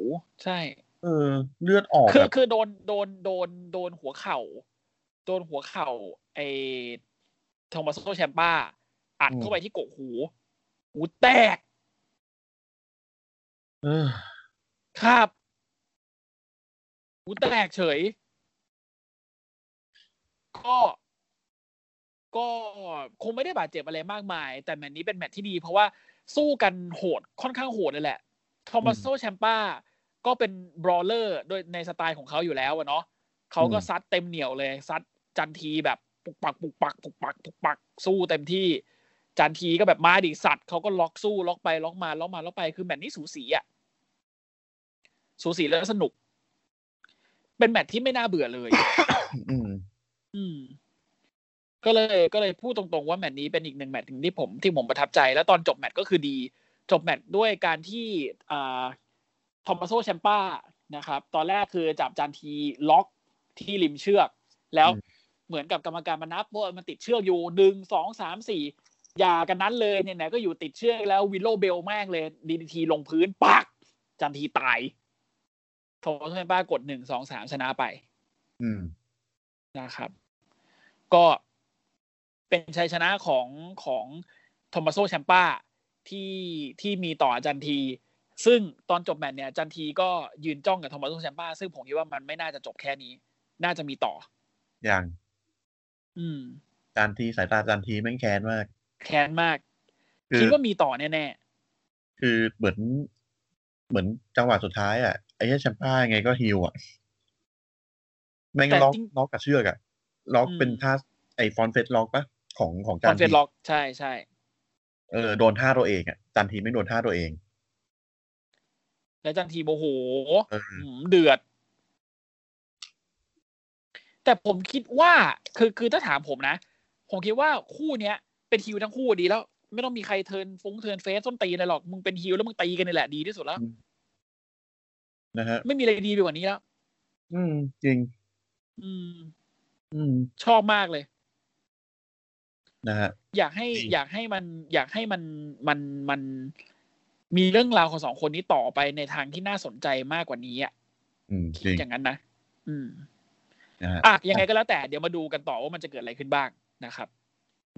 Speaker 3: ใช่
Speaker 2: เออ เลือดออก
Speaker 3: คือ
Speaker 2: แบบ
Speaker 3: คือโดนโดนโดนโดนหัวเข่า โดนหัวเข่าไอ้โทมัสโซแชมป้า อัดเข้าไปที่กกหู หูแตก
Speaker 2: เออ
Speaker 3: ครับ หูแตกเฉย ก็ ก็คงไม่ได้บาดเจ็บอะไรมากมาย แต่แมตช์นี้เป็นแมตช์ที่ดี เพราะว่าสู้กันโหดค่อนข้างโหดเลยแหละโทมัสโซแชมป้า ก็เป็นบรอเลอร์โดยในสไตล์ของเขาอยู่แล้วอะเนาะเขาก็ซัดเต็มเหนียวเลย ซัดจันทีแบบปุกปักปุกปักปุกปักปุกปักสู้เต็มที่ จันทีก็แบบมาดิสัตว์เขาก็ล็อกสู้ล็อกไปล็อกมาล็อกมาล็อกไปคือแมตช์นี้สูสีอะสูสีแล้วสนุก เป็นแมตช์ที่ไม่น่าเบื่อเลย
Speaker 2: อืม
Speaker 3: อืม ก็เลยก็เลยพูดตรงๆว่าแมตช์นี้เป็นอีกหนึ่งแมตช์หนึ่งที่ผมที่ผมประทับใจ แล้วตอนจบแมตช์ก็คือดี จบแมตช์ด้วยการที่อ่าทอมัสโซแชมป้านะครับ ตอนแรกคือจับจานทีล็อกที่ริมเชือก แล้ว
Speaker 2: อืม
Speaker 3: เหมือนกับกรรมการมานับว่ามันติดเชือกอยู่หนึ่งสองสามสี่อย่ากันนั้นเลยเนี่ยไหนๆก็อยู่ติดเชือกแล้ววิลโลเบลแม่งเลยดีดีทีลงพื้นปักจันทีตายทอมัสโซแชมป้ากดหนึ่งสองสามชนะไป
Speaker 2: อืม
Speaker 3: นะครับ ก็เป็นชัยชนะของของโทมัสโซแชมป้าที่ที่มีต่ออาจันที ซึ่งตอนจบแมตช์เนี่ยอาจันทีก็ยืนจ้องกับโทมัสโซแชมป้า ซึ่งผมคิดว่ามันไม่น่าจะจบแค่นี้ น่าจะมีต่อ
Speaker 2: อย่าง
Speaker 3: อืม
Speaker 2: จานทีสายตาจานทีแม่งแค้นมาก
Speaker 3: แค้นมาก
Speaker 2: คือ
Speaker 3: คิดว่ามีต่อแน่
Speaker 2: คือเหมือนเหมือนจังหวะสุดท้ายอ่ะไอ้เหี้ยแชมป้ายังไงก็ฮิวอ่ะ แม่งล็อก
Speaker 3: แต่จริง
Speaker 2: ล็อกกับเชือกอะล็อก
Speaker 3: อืม
Speaker 2: เป็นท่าไอฟอนเฟสล็อกปะของของ
Speaker 3: ค
Speaker 2: จา
Speaker 3: อน
Speaker 2: น
Speaker 3: เฟ
Speaker 2: ที
Speaker 3: นล็อกใช่ใช่
Speaker 2: เออโดนท่าตัวเองอะจานทีไม่โดนท่าตัวเอง
Speaker 3: แล้วจันทีโมโห
Speaker 2: เออ
Speaker 3: หืมเดือด แต่ผมคิดว่าคือคือถ้าถามผมนะ ผมคิดว่าคู่เนี้ย เป็นฮิวทั้งคู่ดีแล้ว ไม่ต้องมีใครเทิร์นฟงเทิร์นเฟสส้นตีนอะไรหรอกมึงเป็นฮิวแล้วมึงตีกันนี่แหละดีที่สุดแล้ว
Speaker 2: นะฮะ
Speaker 3: ไม่มีอะไรดีไปกว่านี้แล้ว
Speaker 2: อืม จริง
Speaker 3: อืม
Speaker 2: อืม
Speaker 3: ชอบมากเลย
Speaker 2: นะฮะ
Speaker 3: อยากให้
Speaker 2: จริง
Speaker 3: อยากให้มัน อยากให้มันมันมันมีเรื่องราวของสองคนนี้ต่อไปในทางที่น่าสนใจมากกว่านี้อ่ะ
Speaker 2: อืมจ
Speaker 3: คิด
Speaker 2: ริง
Speaker 3: อย่างนั้นนะอืม
Speaker 2: นะฮะ
Speaker 3: อ่ะยังไงก็แล้วแต่เดี๋ยวมาดูกันต่อว่ามันจะเกิดอะไรขึ้นบ้างนะครับ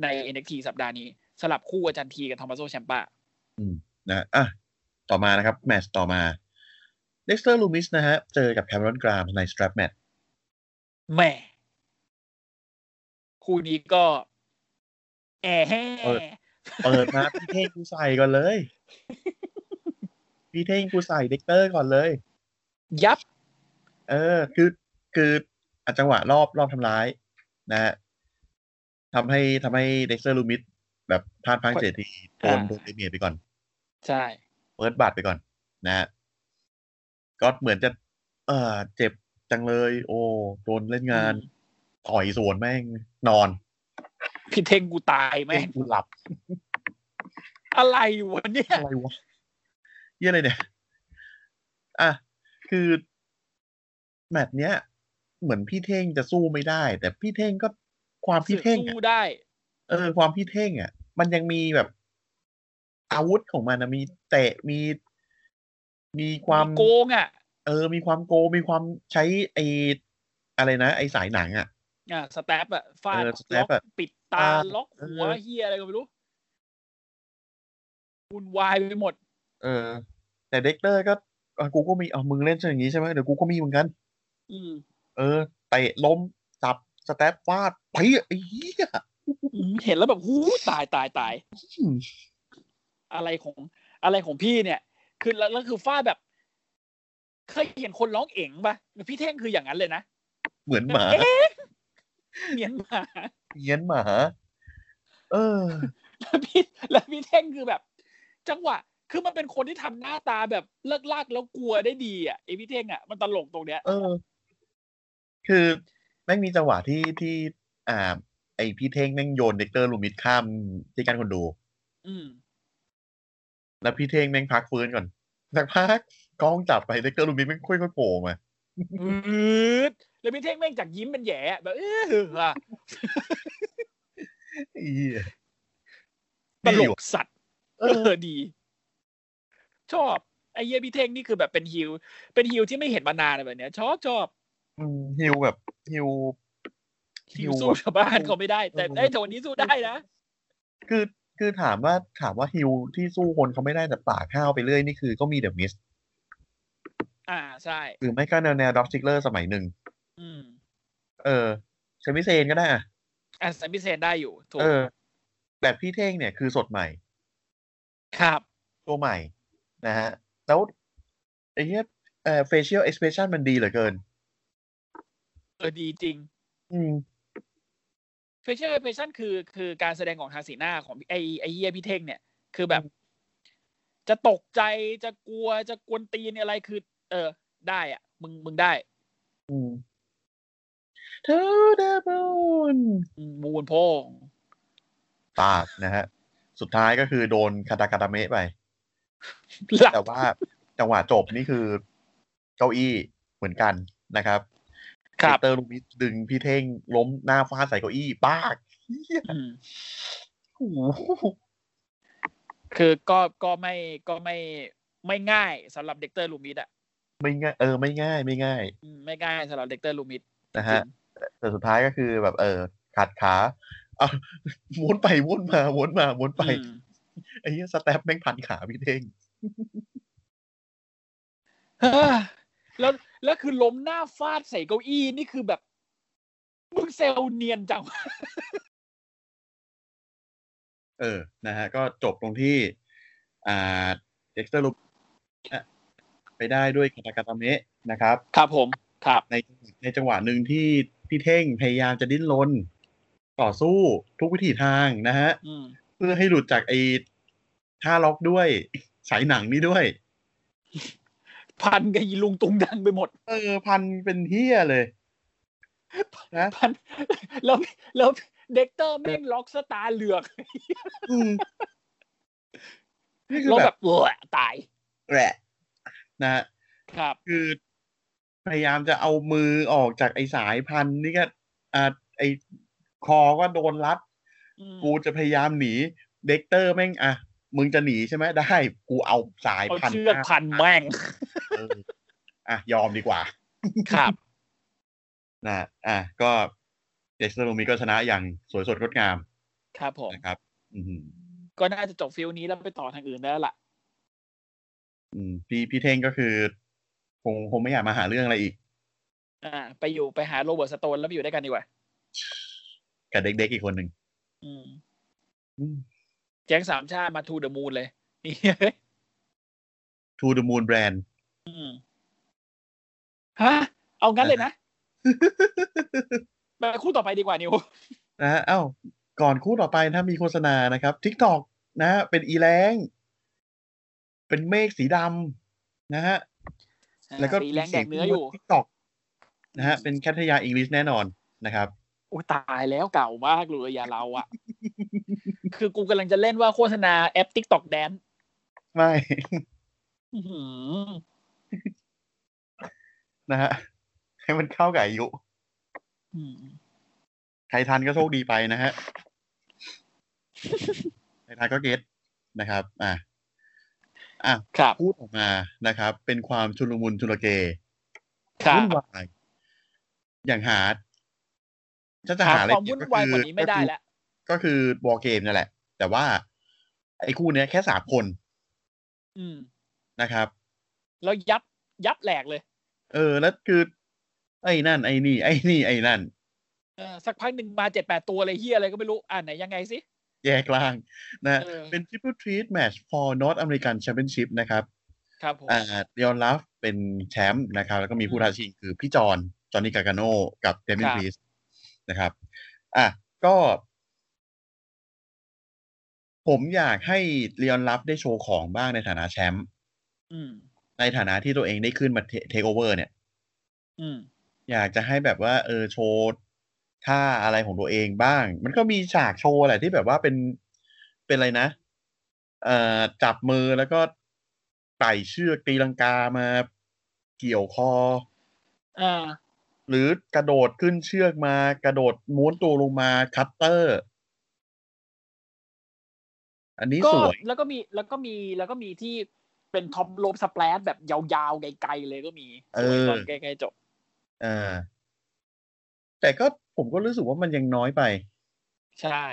Speaker 3: ใน NXT สัปดาห์นี้ สลับคู่อาจารย์ทีกับทอมัสโซแชมปา
Speaker 2: นะฮะอ่ะต่อมานะครับ แมตช์ต่อมาเด็กสเตอร์ลูมิสนะฮะ เจอกับแคมรอนกรามในสตรัปแมตช์
Speaker 3: แหม่ คู่นี้ก็แอะแห่
Speaker 2: เปิดมา พี่เท่งกูใส่ก่อนเลย พี่เท่งกูใส่เด็กเตอร์ก่อนเลย
Speaker 3: ยับ
Speaker 2: เออ คือคืออะจังหวะรอบรอบทำร้าย นะฮะทำให้ทำให้เด็กเตอร์ลูมิสแบบพลาดพลังเสียทีโดน
Speaker 3: อ่า
Speaker 2: โดนเดเมียไปก่อน
Speaker 3: ใช่
Speaker 2: เปิดบัตรไปก่อนนะฮะก็เหมือนจะ เออเจ็บจังเลย โอ้โดนเล่นงาน
Speaker 3: อืม
Speaker 2: ต่อยสวนแม่งนอน
Speaker 3: พี่เทงกูตายไหมง
Speaker 2: กูหลับ
Speaker 3: อะไรวะเนี่ย
Speaker 2: อะไรวะเยี่ยอะไรเนี่ย อ่ะ คือแมตช์เนี้ย เหมือนพี่เท่งจะสู้ไม่ได้ แต่พี่เท่งก็ความพี่เท่งอะ
Speaker 3: สู้ได้
Speaker 2: เออความพี่เท่งอ่ะ มันยังมีแบบ อาวุธของมันนะมีเตะมี มีความ
Speaker 3: โกงอ่ะ
Speaker 2: เออ มีความโกงมีความใช้ไออะไรนะ ไอสายหนังอ่ะ
Speaker 3: อ่าสแตปอะฟาด
Speaker 2: เออสแต
Speaker 3: ล็อ
Speaker 2: ป
Speaker 3: ก
Speaker 2: อะ
Speaker 3: ปิดตา
Speaker 2: ฟาด
Speaker 3: ล็อกหัว
Speaker 2: เออ
Speaker 3: เฮียอะไรก็ไม่รู้วุ่นวายไปหมด
Speaker 2: เออ แต่เด็กเตอร์ก็อ่ะกูก็มีเอามึงเล่นอย่างนี้ใช่ไหมเดี๋ยวกูก็มีเหมือนกัน
Speaker 3: อืม
Speaker 2: เออเตะล้มจับสแตปฟาดไปไอ้เหี้ย
Speaker 3: อืมเห็นแล้วแบบหูตายตายตาย
Speaker 2: อืม
Speaker 3: อะไรของอะไรของพี่เนี่ย คือแล้วแล้วคือฟาดแบบ เคยเห็นคนร้องเอ๋งปะพี่เท่งคืออย่างนั้นเลยนะ
Speaker 2: เหมือนหมา
Speaker 3: เอ๊ะเมียนมา
Speaker 2: เพี้ยนหมา เออ
Speaker 3: แล้วพี่แล้วพี่เท่งคือแบบ จังหวะ คือมันเป็นคนที่ทำหน้าตาแบบเลิกลากแล้วกลัวได้ดีอ่ะไอพี่เท่งอ่ะมันตลกตรงเนี้ย
Speaker 2: เออ คือแม่งมีจังหวะที่ที่ อ่า ไอพี่เท่งแม่งโยนเด็กเตอร์ลูมิดข้ามที่การคนดู
Speaker 3: อืม
Speaker 2: แล้วพี่เท่งแม่งพักฟื้นก่อนสักพักกล้องจับไปเด็กเตอร์ลูมิดแม่งค่อยๆโผล่มา
Speaker 3: อืดแล้วพี่เท่งแม่งจากยิ้มเป็นแหย่แบบเออว่ะ
Speaker 2: ไอ้เหี้ย
Speaker 3: ตล
Speaker 2: ดี
Speaker 3: ก
Speaker 2: ว่ะ
Speaker 3: สัตว์
Speaker 2: เอ
Speaker 3: เอ
Speaker 2: อ
Speaker 3: อดี ชอบไอ้เยี่ยพี่เท่งนี่คือแบบเป็นฮิลเป็นฮิลที่ไม่เห็นมานานเลยแบบเนี้ยชอบชอบ
Speaker 2: อืมฮิวแบบฮิว
Speaker 3: ฮิลสู้ชาวบ้านเขาไม่ได้ แต่
Speaker 2: เออ
Speaker 3: ได้ยแต่วันนี้สู้ได้นะ
Speaker 2: คือคือถามว่าถามว่าฮิวที่สู้คนเขาไม่ได้แต่ป่ากข้าวไปเรื่อยนี่คือก็มีเดอะมิส
Speaker 3: อ่าใช่
Speaker 2: หรือไม่ก็แนวแนวด็อกซิกเลอร์สมัยหนึ่ง
Speaker 3: อืม
Speaker 2: เออเชมิเซนก็ได้อะ
Speaker 3: อ่ะสมิเซนได้อยู่ถูก
Speaker 2: เออ แต่พี่เท่งเนี่ยคือสดใหม่
Speaker 3: ครับ
Speaker 2: ตัวใหม่นะฮะ แล้วไอ้เนี้ยเอ่อ facial expression มันดีเหลือเกิน
Speaker 3: เออดีจริง
Speaker 2: อืม
Speaker 3: เฟเชอร์เพชั่นคือคือการแสดงออกทางสีหน้าของไอ้ไอ้เยี่ยพี่เท่งเนี่ย คือแบบ จะตกใจจะกลัวจะกวนตีนอะไรคือ เออ ได้อ่ะ มึงมึงได้
Speaker 2: อืม To the moon
Speaker 3: อืมมูนโพง
Speaker 2: ตาดนะฮะ สุดท้ายก็คือโดนคาตาคาตาเมะไป
Speaker 3: หลับ
Speaker 2: แต่ว่าจังหวะจบนี่คือ เก้าอี้เหมือนกันนะครับ
Speaker 3: ครับ
Speaker 2: เตอร์ลูมิสดึงพี่เท่งล้มหน้าฟาดใส่เก้าอี้ป้าก
Speaker 3: อืม
Speaker 2: โอ้โห
Speaker 3: คือก็ก็ไม่ก็ไม่ไม่ง่ายสำหรับเด็กเตอร์ลูมิดอ่ะ
Speaker 2: ไม่ง่ายเออไม่ง่ายไม่ง่าย
Speaker 3: อืมไม่ง่ายสำหรับเด็กเตอร์ลูมิด
Speaker 2: นะฮะ แต่สุดท้ายก็คือแบบเออขาดขาเอา ม้วนไปม้วนมาม้วนมาม้วนไป
Speaker 3: อืม
Speaker 2: ไอ้เหี้ยสแตปแม่งพันขาพี่เท่ง
Speaker 3: เฮ้อแล้วแล้วคือล้มหน้าฟาดใส่เก้าอี้นี่คือแบบมึงเซลเนียนจัง
Speaker 2: เออนะฮะ ก็จบตรงที่ อ่าเด็กเตอร์ลูปไปได้ด้วยคาตากาตาเมะนะครับ
Speaker 3: ครับผม ครับ
Speaker 2: ในในจังหวะหนึ่งที่พี่เท่งพยายามจะดิ้นรนต่อสู้ทุกวิถีทางนะฮะ
Speaker 3: อืม
Speaker 2: เพื่อให้หลุดจากไอ้ท่าล็อกด้วย สายหนังนี่ด้วย
Speaker 3: พันกับอีลุงตุงดังไปหมด
Speaker 2: เออ พันเป็นเฮียเลย นะ
Speaker 3: พันแล้วแล้วเด็กเตอร์แม่งล็อกสตาร์เหลือก
Speaker 2: อืมนี่คือ
Speaker 3: แล้ว
Speaker 2: แบ
Speaker 3: แบบ บ เออตาย
Speaker 2: แหละนะฮะ
Speaker 3: ครับ
Speaker 2: คือพยายามจะเอามือออกจากไอ้สายพันธุ์นี่ก็อ่าไอ้คอก็โดนรัด
Speaker 3: อืม
Speaker 2: กูจะพยายามหนีเด็กเตอร์แม่งอ่ะมึงจะหนีใช่ไหมได้ กูเอาสาย
Speaker 3: เอา
Speaker 2: พัน
Speaker 3: เชือก
Speaker 2: หน้า
Speaker 3: พันแม่ง
Speaker 2: เอออ่ะยอมดีกว่า
Speaker 3: ครับ
Speaker 2: นะอ่ะก็เด็กสโนมีก็ชนะอย่างสวยสดงดงาม
Speaker 3: ครับผม
Speaker 2: นะครับ อืม
Speaker 3: ก็น่าจะจบฟิลนี้แล้วไปต่อทางอื่นได้แล้วล่ะ
Speaker 2: อืมพี่พี่เท่งก็คือ คงคงไม่อยากมาหาเรื่องอะไรอีก
Speaker 3: อ่า ไปอยู่ไปหาโรเบิร์ตสโตนแล้วไปอยู่ด้วยกันดีกว่า
Speaker 2: กับเด็กๆอีกคนหนึ่ง
Speaker 3: อืม
Speaker 2: อืม
Speaker 3: แจ้งสามชาติมาทูเดอะมูนเลย นี่
Speaker 2: To the Moon Brand
Speaker 3: อืมฮะเอางั้นเลยนะไปคู่ต่อไปดีกว่านิว
Speaker 2: นะฮะเอ้า ก่อนคู่ต่อไปถ้ามีโฆษณานะครับ TikTok นะฮะเป็นอีแรงเป็นเมฆสีดำนะฮะ แล้วก็
Speaker 3: สีแรงแดกเนื้ออยู่
Speaker 2: ทิกตอกนะฮะ เป็นแคทยาอังกฤษแน่นอนนะครับ
Speaker 3: โอ้ยตายแล้วเก่ามากเลยอย่าเราอะ คือกูกำลังจะเล่นว่าโฆษณาแอปติ๊กต็อกแดน
Speaker 2: ไม่ นะฮะ ให้มันเข้ากับอายุ ใครทันก็โชคดีไปนะฮะ ใครทันก็เก็ตนะครับ อ่ะอ่ะ
Speaker 3: ครับ
Speaker 2: พูดออกมานะครับ เป็นความชุลมุนชุลเก
Speaker 3: ครับ
Speaker 2: วุ่นวายอย่างหาจะจะ
Speaker 3: หา
Speaker 2: หาอะไร
Speaker 3: ความ
Speaker 2: เก็บ
Speaker 3: วุ่นวายกว่านี้ไม่ได้
Speaker 2: ก็คือ
Speaker 3: แล้ว
Speaker 2: ก็คือวอลเกมนั่นแหละ แต่ว่า ไอ้คู่เนี้ยแค่สามคน
Speaker 3: อืม
Speaker 2: นะครับ
Speaker 3: แล้วยับยับแหลกเลย
Speaker 2: เออ แล้วคือ ไอ้นั่น ไอ้นี่ ไอ้นี่ ไอ้นั่น
Speaker 3: เออสักพักหนึ่งมาเจ็ดแปดตัวเลยเฮียอะไรก็ไม่รู้ อ่านไหนยังไงสิ
Speaker 2: แยกล่างนะฮะ
Speaker 3: เออ
Speaker 2: เป็น Triple Treat Match for North American Championship นะครับ
Speaker 3: ครับผม
Speaker 2: อ่าเดยอนลัฟเป็นแชมป์นะครับ แล้วก็มีผู้ท้าชิงคือพี่จอน จอห์นนี่กา a าโนกับเดมิ
Speaker 3: ค
Speaker 2: น
Speaker 3: รับ
Speaker 2: พีสนะครับ อ่ะ ก็ ผมอยากให้เ e ยอนลัฟได้โชว์ของบ้างในฐานะแชมป์
Speaker 3: อืม
Speaker 2: ในฐานะที่ตัวเองได้ขึ้นมาเทคโอเวอร์เนี่ย
Speaker 3: อืม
Speaker 2: อยากจะให้แบบว่า เออโชว์ท่าอะไรของตัวเองบ้าง มันก็มีฉากโชว์แหละที่แบบว่าเป็นเป็นอะไรนะ เอ่อจับมือแล้วก็ไต่เชือกตีลังกามาเกี่ยวคอ
Speaker 3: อ่า
Speaker 2: หรือกระโดดขึ้นเชือกมากระโดดม้วนตัวลงมาคัตเตอร์ อันนี้
Speaker 3: ก็
Speaker 2: สวย
Speaker 3: แล้วก็มีแล้วก็มีแล้วก็มีที่เป็นท็อปโลบสแปลชแบบยาวๆ ไกลๆเลยก็มี
Speaker 2: เออ
Speaker 3: ตอนใกล้ๆจบ
Speaker 2: อ่าแต่ก็ผมก็รู้สึกว่ามันยังน้อยไป
Speaker 3: ใช่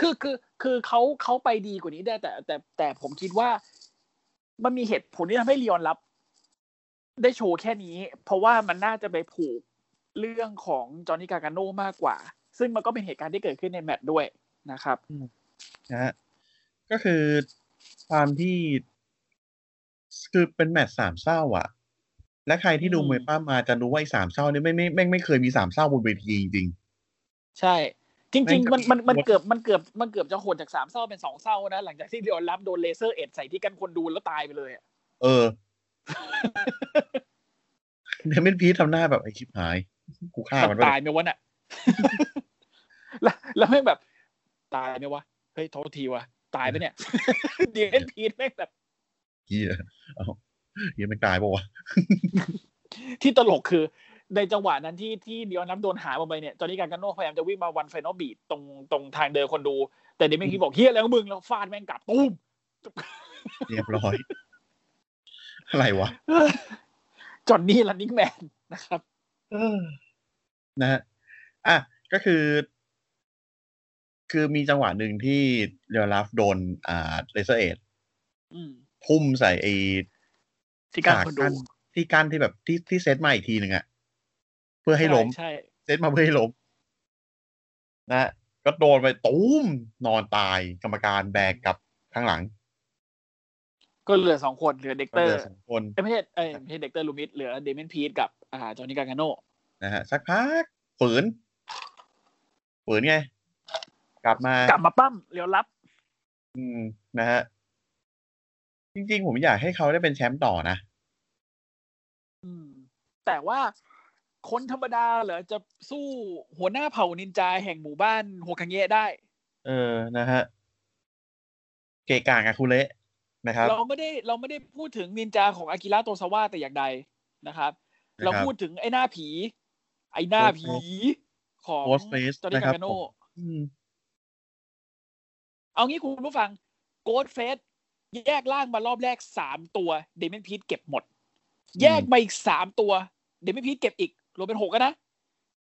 Speaker 3: คือคือคือเขาเขาไปดีกว่านี้ได้แต่แต่แต่ผมคิดว่า มันมีเหตุผลที่ทำให้ลีออนรับ ได้โชว์แค่นี้ เพราะว่ามันน่าจะไปผูกเรื่องของจอห์นนี่กาการโน่มากกว่า ซึ่งมันก็เป็นเหตุการณ์ที่เกิดขึ้นในแมตช์ด้วยนะครับ
Speaker 2: นะฮะก็คือความที่คือเป็นแมตช์สามเศร้า อ่ะ และใครที่ดู
Speaker 3: อืม
Speaker 2: มวยป้ามมาจะรู้ว่าไอ้สามเศร้าเนี่ยไม่ไม่ไม่ไม่เคยมีสามเศร้าบนเวทีจริง
Speaker 3: ใช่ จริง ๆ
Speaker 2: มั
Speaker 3: มัน
Speaker 2: น
Speaker 3: มันมัน
Speaker 2: มัน
Speaker 3: เกือบมันเกือบมันเกือบจะโหดจากสามเศร้าเป็นสองเศร้านะ หลังจากที่ลีออนรับโดนเลเซอร์เอ็ดใส่ที่กันคนดูแล้วตายไปเลยอะ
Speaker 2: ๆเออ เดมอนพีททำหน้าแบบไอ้ชิบหาย กูฆ่ามัน
Speaker 3: มัน
Speaker 2: วะ
Speaker 3: ตายไห มวะน่ะ แล้วแล้วแม่งแบบ ตายไหมวะ เฮ้ยโทษทีวะตายไปะ เนี่ย เดียนพีทแม่งแบบ
Speaker 2: เฮียเอาเฮียมันตายปะวะ
Speaker 3: ที่ตลกคือ ในจังหวะนั้นที่ที่เดียนน้ำโดนหามาไปเนี่ยจอร์นี่การกันโนพยายามจะวิ่งมาวันไฟนอลบีดตรงตรงทางเดินคนดู แต่เดียนพีทบอกเฮียแล้วมึงแล้วฟาดแม่งกลับตุ้ม
Speaker 2: เรียบร้อย อะไรวะ
Speaker 3: จอห์นนี่ลันนิ่งแมนนะครับ
Speaker 2: เออนะฮะ อ่ะ ก็คือ คือมีจังหวะหนึ่งที่เรียลลัฟโดน อ่าเลเซอร์เอด
Speaker 3: อืม
Speaker 2: ทุ่มใส่ไอ้
Speaker 3: ที่การคนดู
Speaker 2: กั้นที่กั้นที่แบบที่ที่เซตมาอีกทีหนึ่งอะเพื่อให้ล้ม
Speaker 3: ใช่
Speaker 2: เซตมาเพื่อให้ล้มนะฮะก็โดนไปตูมนอนตายกรรมการแบกกลับข้างหลัง
Speaker 3: ก็เหลือสองคนเหลือเด็ก
Speaker 2: ก็
Speaker 3: เตอ
Speaker 2: เหลื
Speaker 3: ร์
Speaker 2: อสองคน
Speaker 3: เอ้ยไม่ใช่เอ้ยไม่ใช่เด็กเตอร์ลูมิสเหลือเดเมนพีทกับ อ่าจอห์นนี่การ์กาโน
Speaker 2: นะฮะสักพักฝืนฝืนไง กลับมาก ก
Speaker 3: ลับมาปั้มเลี้ยวลับ
Speaker 2: อืมนะฮะจริงๆ ผมอยากให้เขาได้เป็นแชมป์ต่อนะ
Speaker 3: อืม แต่ว่าคนธรรมดาเหรอจะสู้หัวหน้าเผ่านินจาแห่งหมู่บ้านโฮคังเยะได้
Speaker 2: เออนะฮะ เกะกะกับคุเละนะครับ
Speaker 3: เราไม่ได้เราไม่ได้พูดถึงนินจาของอากิระโตซาวะแต่อย่างใดนะครับ
Speaker 2: นะครับ
Speaker 3: เราพูดถึงไอ้หน้าผี ไอ้หน้าผี ของ
Speaker 2: Ghostface
Speaker 3: จอร์แดน
Speaker 2: นะครับ
Speaker 3: กาโน
Speaker 2: ผม อืม
Speaker 3: เอางี้คุณผู้ฟังโกดเฟสแยกล่างมารอบแรกสามตัวเดม n นพีทเก็บหมด แยกมาอีกสามตัวเดม n นพีทเก็บอีก รวมเป็นหกอะนะ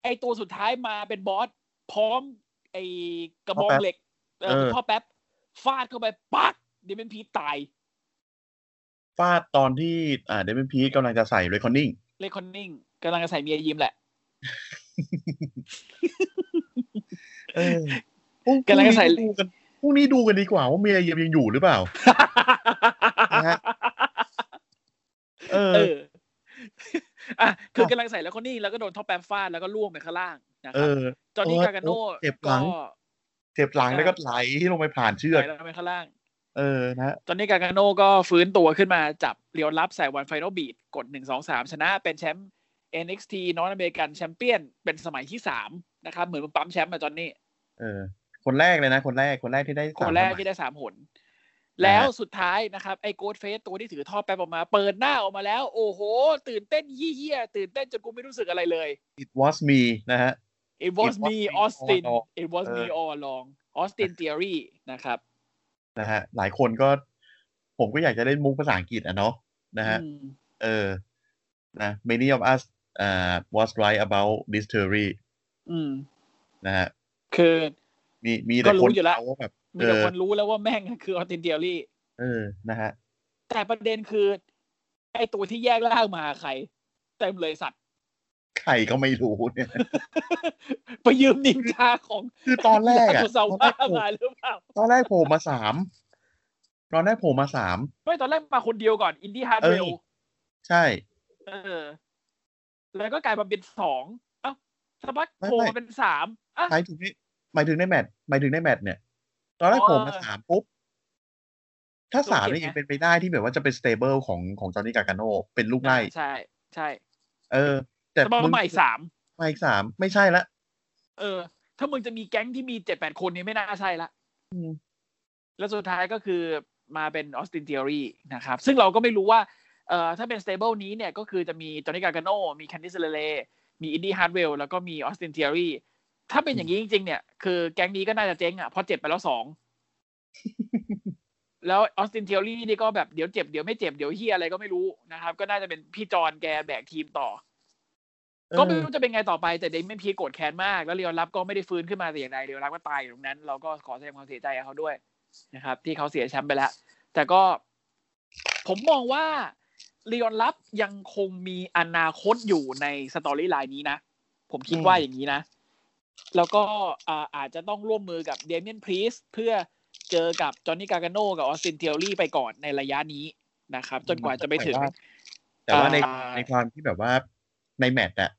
Speaker 3: ไอตัวสุดท้ายมาเป็นบอส พร้อม ไอกระบองเหล็กเออเป็นพ่อแป๊บฟาดเข้าไปปักเดม n นพีทตาย
Speaker 2: ฟาดตอนที่ อ่าเดวินพีกำลังจะใส่เรคคอนนิ่ง
Speaker 3: เลคคอนนิ่งกำลังจะใส่เมียยิ้มแหละ
Speaker 2: เออพรุ่ง
Speaker 3: กำลังจะใส่
Speaker 2: พรุ่นี้ดูกันพรุ่งนี้ดูกันดีกว่าว่าเมียยังยังอยู่หรือเปล่า นะฮะ เออ
Speaker 3: เอออ่ะคือกำลังใส่แล้วคนนี้แล้วก็โดนท็อปแปมฟาดแล้วก็ล่วงไปข้างล่างนะค
Speaker 2: เอ
Speaker 3: รับ
Speaker 2: อ
Speaker 3: จอห์น
Speaker 2: เออก
Speaker 3: นี่าการโน่
Speaker 2: เจ็บหลั
Speaker 3: ก็
Speaker 2: ง เจ็บหลังแล้วก็ไหลลงไปผ่านเชือก
Speaker 3: ไปแล้วไปข้างล่าง
Speaker 2: เออนะฮะ
Speaker 3: จอห์นนี่กาการโน่ก็ฟื้นตัวขึ้นมาจับเรียวรับใส่วันไฟนอลบีดกดหนึ่งสองสามชนะเป็นแชมป์ NXT นอ r t อเมริกันแชมเปี้ยนเป็นสมัยที่สามนะครับ เหมือนมันปั๊มแชมป์มาจอห์นนี่
Speaker 2: เออ คนแรกเลยนะ คนแรกคนแรกที่ได้
Speaker 3: คน
Speaker 2: สาม
Speaker 3: แรก
Speaker 2: สมัย
Speaker 3: ที่ได้สามหน
Speaker 2: นะฮะ
Speaker 3: แล้วสุดท้ายนะครับ ไอ้โกดเฟสตัวที่ถือท่อแป๊บออกมา เปิดหน้าออกมาแล้ว โอ้โห ตื่นเต้นเยี่ยๆตื่นเต้นจนกูไม่รู้สึกอะไรเลย
Speaker 2: It was me นะฮะ
Speaker 3: it
Speaker 2: It
Speaker 3: was
Speaker 2: was
Speaker 3: me
Speaker 2: me
Speaker 3: Austin
Speaker 2: all along
Speaker 3: it was
Speaker 2: เออ
Speaker 3: me all along Austin Theory นะครับ
Speaker 2: นะฮะ หลายคนก็ ผมก็อยากจะได้มุกภาษาอังกฤษอ่ะเนาะนะฮะ
Speaker 3: อืม
Speaker 2: เออ นะ many of us uh, was right about this theory
Speaker 3: อืม
Speaker 2: นะฮะ
Speaker 3: คือ
Speaker 2: มีมี
Speaker 3: ก็
Speaker 2: แต่
Speaker 3: รู้
Speaker 2: คน
Speaker 3: อยู่แล้ว
Speaker 2: เดาว่าแบบ
Speaker 3: มีแต่
Speaker 2: เออ
Speaker 3: คนรู้แล้วว่าแม่งคือ Austin Theory
Speaker 2: เออ นะฮะ
Speaker 3: แต่ประเด็นคือ ไอ้ตัวที่แยกล่างมาใคร เต็มเลยสัตว์
Speaker 2: ใครก็ไม่รู้เนี่ย
Speaker 3: ไปยืมนินจาของ
Speaker 2: คือตอนแรกอะ
Speaker 3: โซา
Speaker 2: ตอนแรโผล่
Speaker 3: ว่ากมาหรือเปล่า
Speaker 2: ตอนแรกโผล่มาสามตอนแรกโผล่มาสาม
Speaker 3: ไม่ตอนแรกมาคนเดียวก่อนอินดี้ฮาร์ดเวล
Speaker 2: เออ ใช่
Speaker 3: เออ แล้วก็กลายมาเป็นสองเอ้าสักพัก
Speaker 2: ไม่
Speaker 3: โผล่
Speaker 2: ไม่
Speaker 3: มาเป็นสามอ่ะ
Speaker 2: หมายถึงนี่หมายถึงในแมตช์หมายถึงในแมตช์เนี่ย ตอนแรก
Speaker 3: อ๋อ
Speaker 2: โผล่มาสามปุ๊บ ถ้าสาม
Speaker 3: โดนเก็บ
Speaker 2: นี่ยัง
Speaker 3: นะ
Speaker 2: เป็นไปได้ที่แบบว่าจะเป็นสเตเบิลของของจอห์นนี่กาการโนเป็นลูกไล่
Speaker 3: ใช่ใช่
Speaker 2: เออ แต่
Speaker 3: แต่มาใหม่สาม
Speaker 2: มาอีกสามไม่ใช่ละ
Speaker 3: เออ ถ้ามึงจะมีแก๊งที่มีเจ็ดแปดคนเนี่ยไม่น่าใช่ละ
Speaker 2: อืม
Speaker 3: แล้วสุดท้ายก็คือมาเป็นออสตินเทอรีนะครับ ซึ่งเราก็ไม่รู้ว่าเอ่อถ้าเป็นสเตเบิลนี้เนี่ยก็คือจะมีจอห์นนี่กาการโนมีแคนดิสเลเลมีอินดี้ฮาร์ดเวลแล้วก็มีออสตินเทอรีถ้าเป็นอย่างนี้จริง ๆ เนี่ยคือแก๊งนี้ก็น่าจะเจ๊งอ่ะเพราะเจ็บไปแล้ว สอง แล้วออสตินเทอรี่นี่ก็แบบเดี๋ยวเจ็บเดี๋ยวไม่เจ็บเดี๋ยวเฮียอะไรก็ไม่รู้นะครับ ก็น่าจะเป็นพี่จอนแกแบกทีมต่อ
Speaker 2: เออ
Speaker 3: ก็ไม่รู้จะเป็นไงต่อไปแต่เดมเมนพีโกรธแค้นมาก แล้วเรียวรับก็ไม่ได้ฟื้นขึ้นมาแต่อย่างใดเรียวรับก็ตายอยู่ตรงนั้น เราก็ขอแสดงความเสียใจกับเขาด้วยนะครับ ที่เขาเสียแชมป์ไปแล้ว แต่ก็ผมมองว่าเรียวรับยังคงมีอนาคตอยู่ในสตอรี่ไลน์นี้นะ ผมคิด
Speaker 2: อืม
Speaker 3: ว่าอย่างนี้นะ แล้วก็อ่าอาจจะต้องร่วมมือกับเดเมียนพรีสเพื่อเจอกับจอห์นนี่กาการโนกับออสตินเทอรี่ไปก่อนในระยะนี้นะครับ จนกว่าจะไปถึง
Speaker 2: แต่ว่าใน
Speaker 3: อ่า
Speaker 2: ในความที่แบบว่าในแมตช์อะ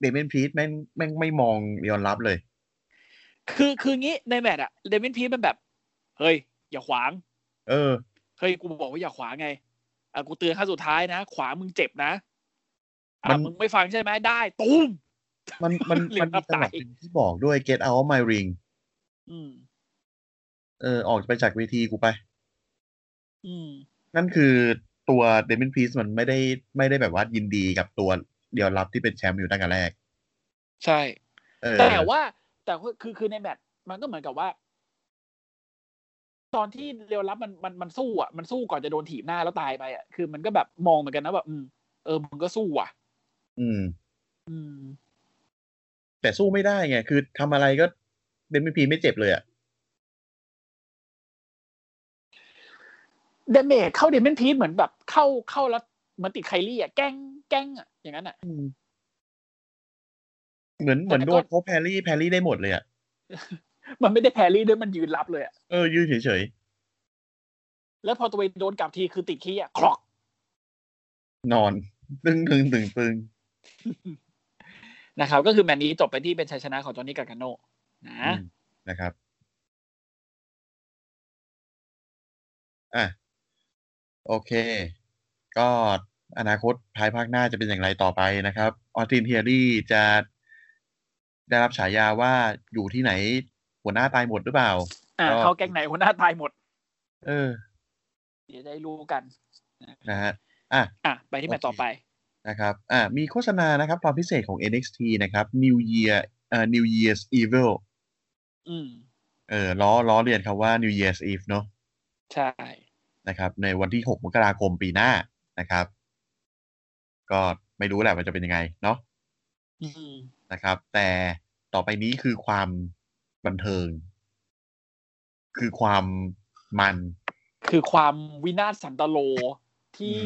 Speaker 2: เดเมนพีทแม่งแม่งไม่มองเรียนรับเลย
Speaker 3: คือคืองี้ในแมตช์อะเดวินพีทมันแบบ เฮ้ย อย่าขวาง
Speaker 2: เออ
Speaker 3: เฮ้ย กูบอกว่าอย่าขวางไงอ่ะกูเตือนขั้นสุดท้ายนะ ขวางมึงเจ็บนะ
Speaker 2: มั
Speaker 3: อ่ะ
Speaker 2: น
Speaker 3: มึงไม่ฟังใช่ไหมได้ตุ้ม
Speaker 2: มันมัน
Speaker 3: เรีย
Speaker 2: มัน
Speaker 3: นรั
Speaker 2: มี
Speaker 3: บ
Speaker 2: จังหวะ
Speaker 3: ตาย
Speaker 2: หนึ่งที่บอกด้วย get out of my ring
Speaker 3: อืม
Speaker 2: เออออกไปจากเวทีกูไป
Speaker 3: อืม
Speaker 2: นั่นคือตัวเดมินพีซมันไม่ได้ไม่ได้แบบว่ายินดีกับตัวเดียวรับที่เป็นแชมป์อยู่ตั้งแต่แรก
Speaker 3: ใช่
Speaker 2: เออ
Speaker 3: แต่ว่าแต่ว่าคือคือในแมตช์มันก็เหมือนกับว่า ตอนที่เรียวรับมันมันมันสู้อ่ะมันสู้ก่อนจะโดนถีบหน้าแล้วตายไปอ่ะคือมันก็แบบมองเหมือนกันนะแบบอืมเออมึงก็สู้อ่ะ
Speaker 2: อืม
Speaker 3: อืม
Speaker 2: แต่สู้ไม่ได้ไง คือทำอะไรก็เดมินพีไม่เจ็บเลยอะ
Speaker 3: เดเมจเข้าเดเมนพีทเหมือนแบบเข้าเข้าแล้วเหมือนติดไคลี่อ่ะแกล้งแกล้งอ่ะอย่างนั้นอ่ะ
Speaker 2: เหมือนเหมือน
Speaker 3: แต่
Speaker 2: โด
Speaker 3: ก็
Speaker 2: นเขาแพรรี่แพรรี่ได้หมดเลยอะ
Speaker 3: มันไม่ได้แพรรี่ด้วยมันยืนรับเลยอ่ะ
Speaker 2: เออยืนเฉย
Speaker 3: แล้วพอตัวเองโดนกลับทีคือติดขี้อ่ะครอก
Speaker 2: ๆ นอน ตึงตึงตึงตึง
Speaker 3: นะครับ ก็คือแมตช์นี้จบไปที่เป็นชัยชนะของจอห์นนี่กาการโน
Speaker 2: อื
Speaker 3: นะ
Speaker 2: มนะครับ อ่ะ โอเค ก็อนาคตภายภาคหน้าจะเป็นอย่างไรต่อไปนะครับ ออสตินเทียรี่จะได้รับฉายาว่าอยู่ที่ไหนหัวหน้าตายหมดหรือเปล่า
Speaker 3: อ่า
Speaker 2: ก็
Speaker 3: เขาแก๊งไหนหัวหน้าตายหมด
Speaker 2: เออ
Speaker 3: เดี๋ยวได้รู้กัน
Speaker 2: นะฮะ อ่ะ
Speaker 3: อ่ะไปที่แมตช์ต่อไป
Speaker 2: นะครับ อ่า มีโฆษณานะครับ ตอนพิเศษของ NXT นะครับ New Year เอ่อ New Year's Evil
Speaker 3: อืม
Speaker 2: เออล้อล้อเรียนคำว่า New Year's Eve เนอะ
Speaker 3: ใช่
Speaker 2: นะครับในวันที่ 6 มกราคมปีหน้านะครับ ก็ไม่รู้แหละมันจะเป็นยังไงเนาะ
Speaker 3: อืม
Speaker 2: นะครับ แต่ต่อไปนี้คือความบันเทิง คือความมัน
Speaker 3: คือความวินาศสันตโลที่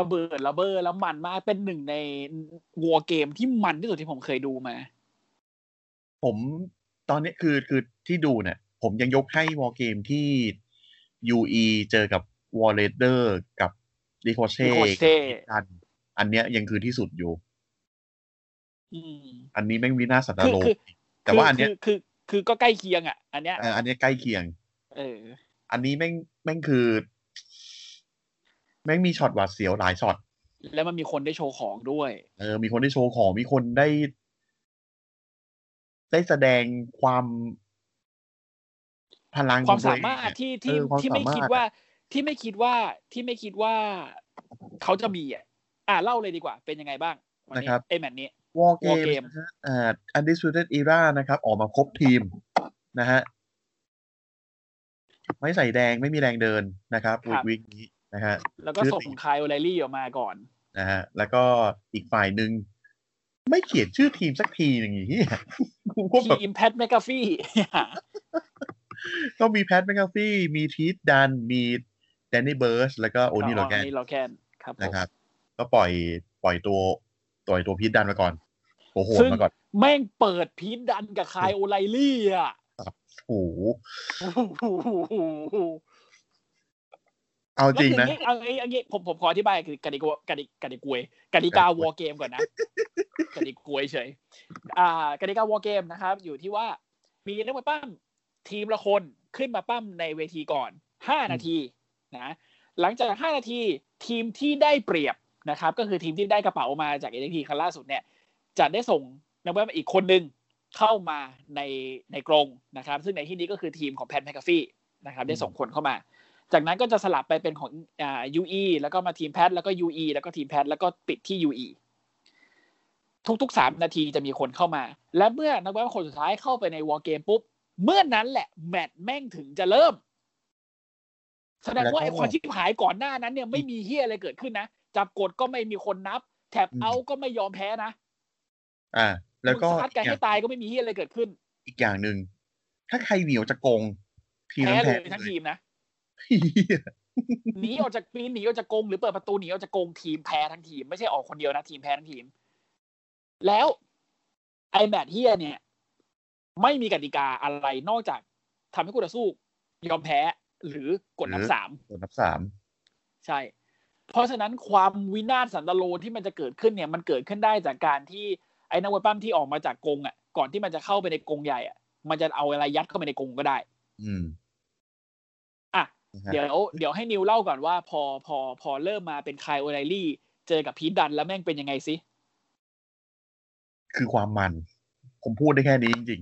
Speaker 3: ระเบิดระเบ้อแล้วมันมากเป็นหนึ่งในวัวเกมที่มันที่สุดที่ผมเคยดูมา
Speaker 2: ผมตอนนี้คือคือที่ดูเนี่ย ผมยังยกให้วอลเกมที่ UE เจอกับวอลเลเดอร์กับดิโคเช่
Speaker 3: Ricochet
Speaker 2: กันอันเนี้ยยังคือที่สุดอยู่
Speaker 3: อืม
Speaker 2: อันนี้แม่งวินาศสันต
Speaker 3: คือ
Speaker 2: โล
Speaker 3: คือ
Speaker 2: แต่ว่าอันเนี้ย
Speaker 3: คือคือคือก็ใกล้เคียงอ่ะ อันเนี้ย
Speaker 2: เอ่ออันเนี้ยใกล้เคียง
Speaker 3: เออ
Speaker 2: อันนี้แม่งแม่งคือ แม่งมีช็อตหวาดเสียวหลายช็อต
Speaker 3: แล้วมันมีคนได้โชว์ของด้วย
Speaker 2: เออมีคนได้โชว์ของมีคนได้ ได้แสดงความพลัง
Speaker 3: ควา
Speaker 2: ขอ
Speaker 3: ม
Speaker 2: งตั
Speaker 3: สามารถ
Speaker 2: เอง
Speaker 3: ที่ที่
Speaker 2: เออความ
Speaker 3: ที่ไม่
Speaker 2: สามารถ
Speaker 3: คิดว่าที่ไม่คิดว่าที่ไม่คิดว่าเขาจะมีอ่ะอ่ะเล่าเลยดีกว่า เป็นยังไงบ้างวัไอแมตช์นี้
Speaker 2: วอลเก
Speaker 3: War
Speaker 2: ม
Speaker 3: Game
Speaker 2: นะฮะอ่า Undisputed Era นะครับ ออกมาครบทีมนะฮะ ไม่ใส่แดงไม่มีแรงเดินนะครับ
Speaker 3: ครับ
Speaker 2: วิกนี้นะฮะ
Speaker 3: แล้วก็
Speaker 2: ชื่อ
Speaker 3: ส่ง
Speaker 2: ตี
Speaker 3: ของคายโอไลลี่ออกมาก่อน
Speaker 2: นะฮะ แล้วก็อีกฝ่ายหนึ่งไม่เขียนชื่อทีมสักทีหนึ่ง อย่างนี้ยกูก็แบบ
Speaker 3: ที่อิมแพตแมกกาฟี่
Speaker 2: ก็มีแพทแมคคาฟี่มีทีทดัน มีแดนนี่เบิร์ส แล้วก็โอนี่ลอแกน
Speaker 3: นี่เราแคนครับผม
Speaker 2: นะครับ ก็ปล่อยปล่อยตัวปล่อยตัวพีทดันมาก่อนโอ้โห
Speaker 3: ซึ่ง
Speaker 2: มาก่อน
Speaker 3: แม่งเปิดพีทดันกับคายโอไลลี่อ่ะ
Speaker 2: โอ้โหเอา
Speaker 3: แล้ว
Speaker 2: จ
Speaker 3: คื
Speaker 2: ริ
Speaker 3: อง อย่า
Speaker 2: นะ
Speaker 3: งนี้เอาอย่างนี้อย่างนี้ผมผมขออธิบายคือกติกากติกติกวยกติกาวอเกมก่อนนะ กติกวยเฉยอ่ากติกาวอเกมนะครับ อยู่ที่ว่ามีนักมวยปั้มทีมละคนขึ้นมาปั้มในเวทีก่อนห้านาทีนะหลังจากห้านาทีทีมที่ได้เปรียบนะครับ ก็คือทีมที่ได้กระเป๋ามาจากเอ็นทีครั้งล่าสุดเนี่ย จะได้ส่งนักเวทอีกคนนึงเข้ามาในในกรงนะครับ ซึ่งในที่นี้ก็คือทีมของแพนแมคาฟี่นะครับ ได้ส่งคนเข้ามา จากนั้นก็จะสลับไปเป็นของอ่า UE แล้วก็มาทีมแพทแล้วก็ UE แล้วก็ทีมแพทแล้วก็ปิดที่ UE ทุกๆสามนาทีจะมีคนเข้ามา และเมื่อนักเวทคนสุดท้ายเข้าไปในวอลเกมปุ๊บ เมื่อนั้นแหละ แมตช์แม่งถึงจะเริ่ม แสดงว่า
Speaker 2: แล้วก็
Speaker 3: ไอ้ความชิบหายก่อนหน้านั้นเนี่ยไม่มีเฮียอะไรเกิดขึ้นนะจับกดก็ไม่มีคนนับ แถบ
Speaker 2: อืม
Speaker 3: เอาท์ก็ไม่ยอมแพ้นะ
Speaker 2: อ่า แล้วก็
Speaker 3: มึงซัดกัน
Speaker 2: อีกอย่า
Speaker 3: ให้
Speaker 2: ง
Speaker 3: ตายก็ไม่มีเฮียอะไรเกิดขึ้น
Speaker 2: อีกอย่างหนึ่ง ถ้าใครเหนียวจะโกง ทีม
Speaker 3: แพ้
Speaker 2: นั้น
Speaker 3: เล
Speaker 2: แพ้
Speaker 3: ยทั้ง ทีมนะ
Speaker 2: เหี้ย
Speaker 3: หนีออกจากปีนหนีออกจากกรงหรือเปิดประตูหนีออกจากกรงทีมแพ้ทั้งทีมไม่ใช่ออกคนเดียวนะทีมแพ้ทั้งทีม แล้วไอแมทเฮียเนี่ย ไม่มีกติกาอะไรนอกจากทำให้คู่ต่อสู้ ยอมแพ้หรือกดนับสาม
Speaker 2: ส่วนนับสาม
Speaker 3: ใช่ เพราะฉะนั้นความวินาศสันตโลที่มันจะเกิดขึ้นเนี่ย มันเกิดขึ้นได้จากการที่ไอ้นักมวยปั้มที่ออกมาจากกรงอ่ะ ก่อนที่มันจะเข้าไปในกรงใหญ่อ่ะ มันจะเอาอะไรยัดเข้าไปในกรงก็ได้
Speaker 2: อืม
Speaker 3: อ่ะ
Speaker 2: นะฮะ
Speaker 3: เดี๋ยวเดี๋ยวให้นิวเล่าก่อนว่า พอพอพอเริ่มมาเป็นคายโอไลลี่ เจอกับพีทดันแล้วแม่งเป็นยังไงสิ
Speaker 2: คือความมัน ผมพูดได้แค่นี้จริง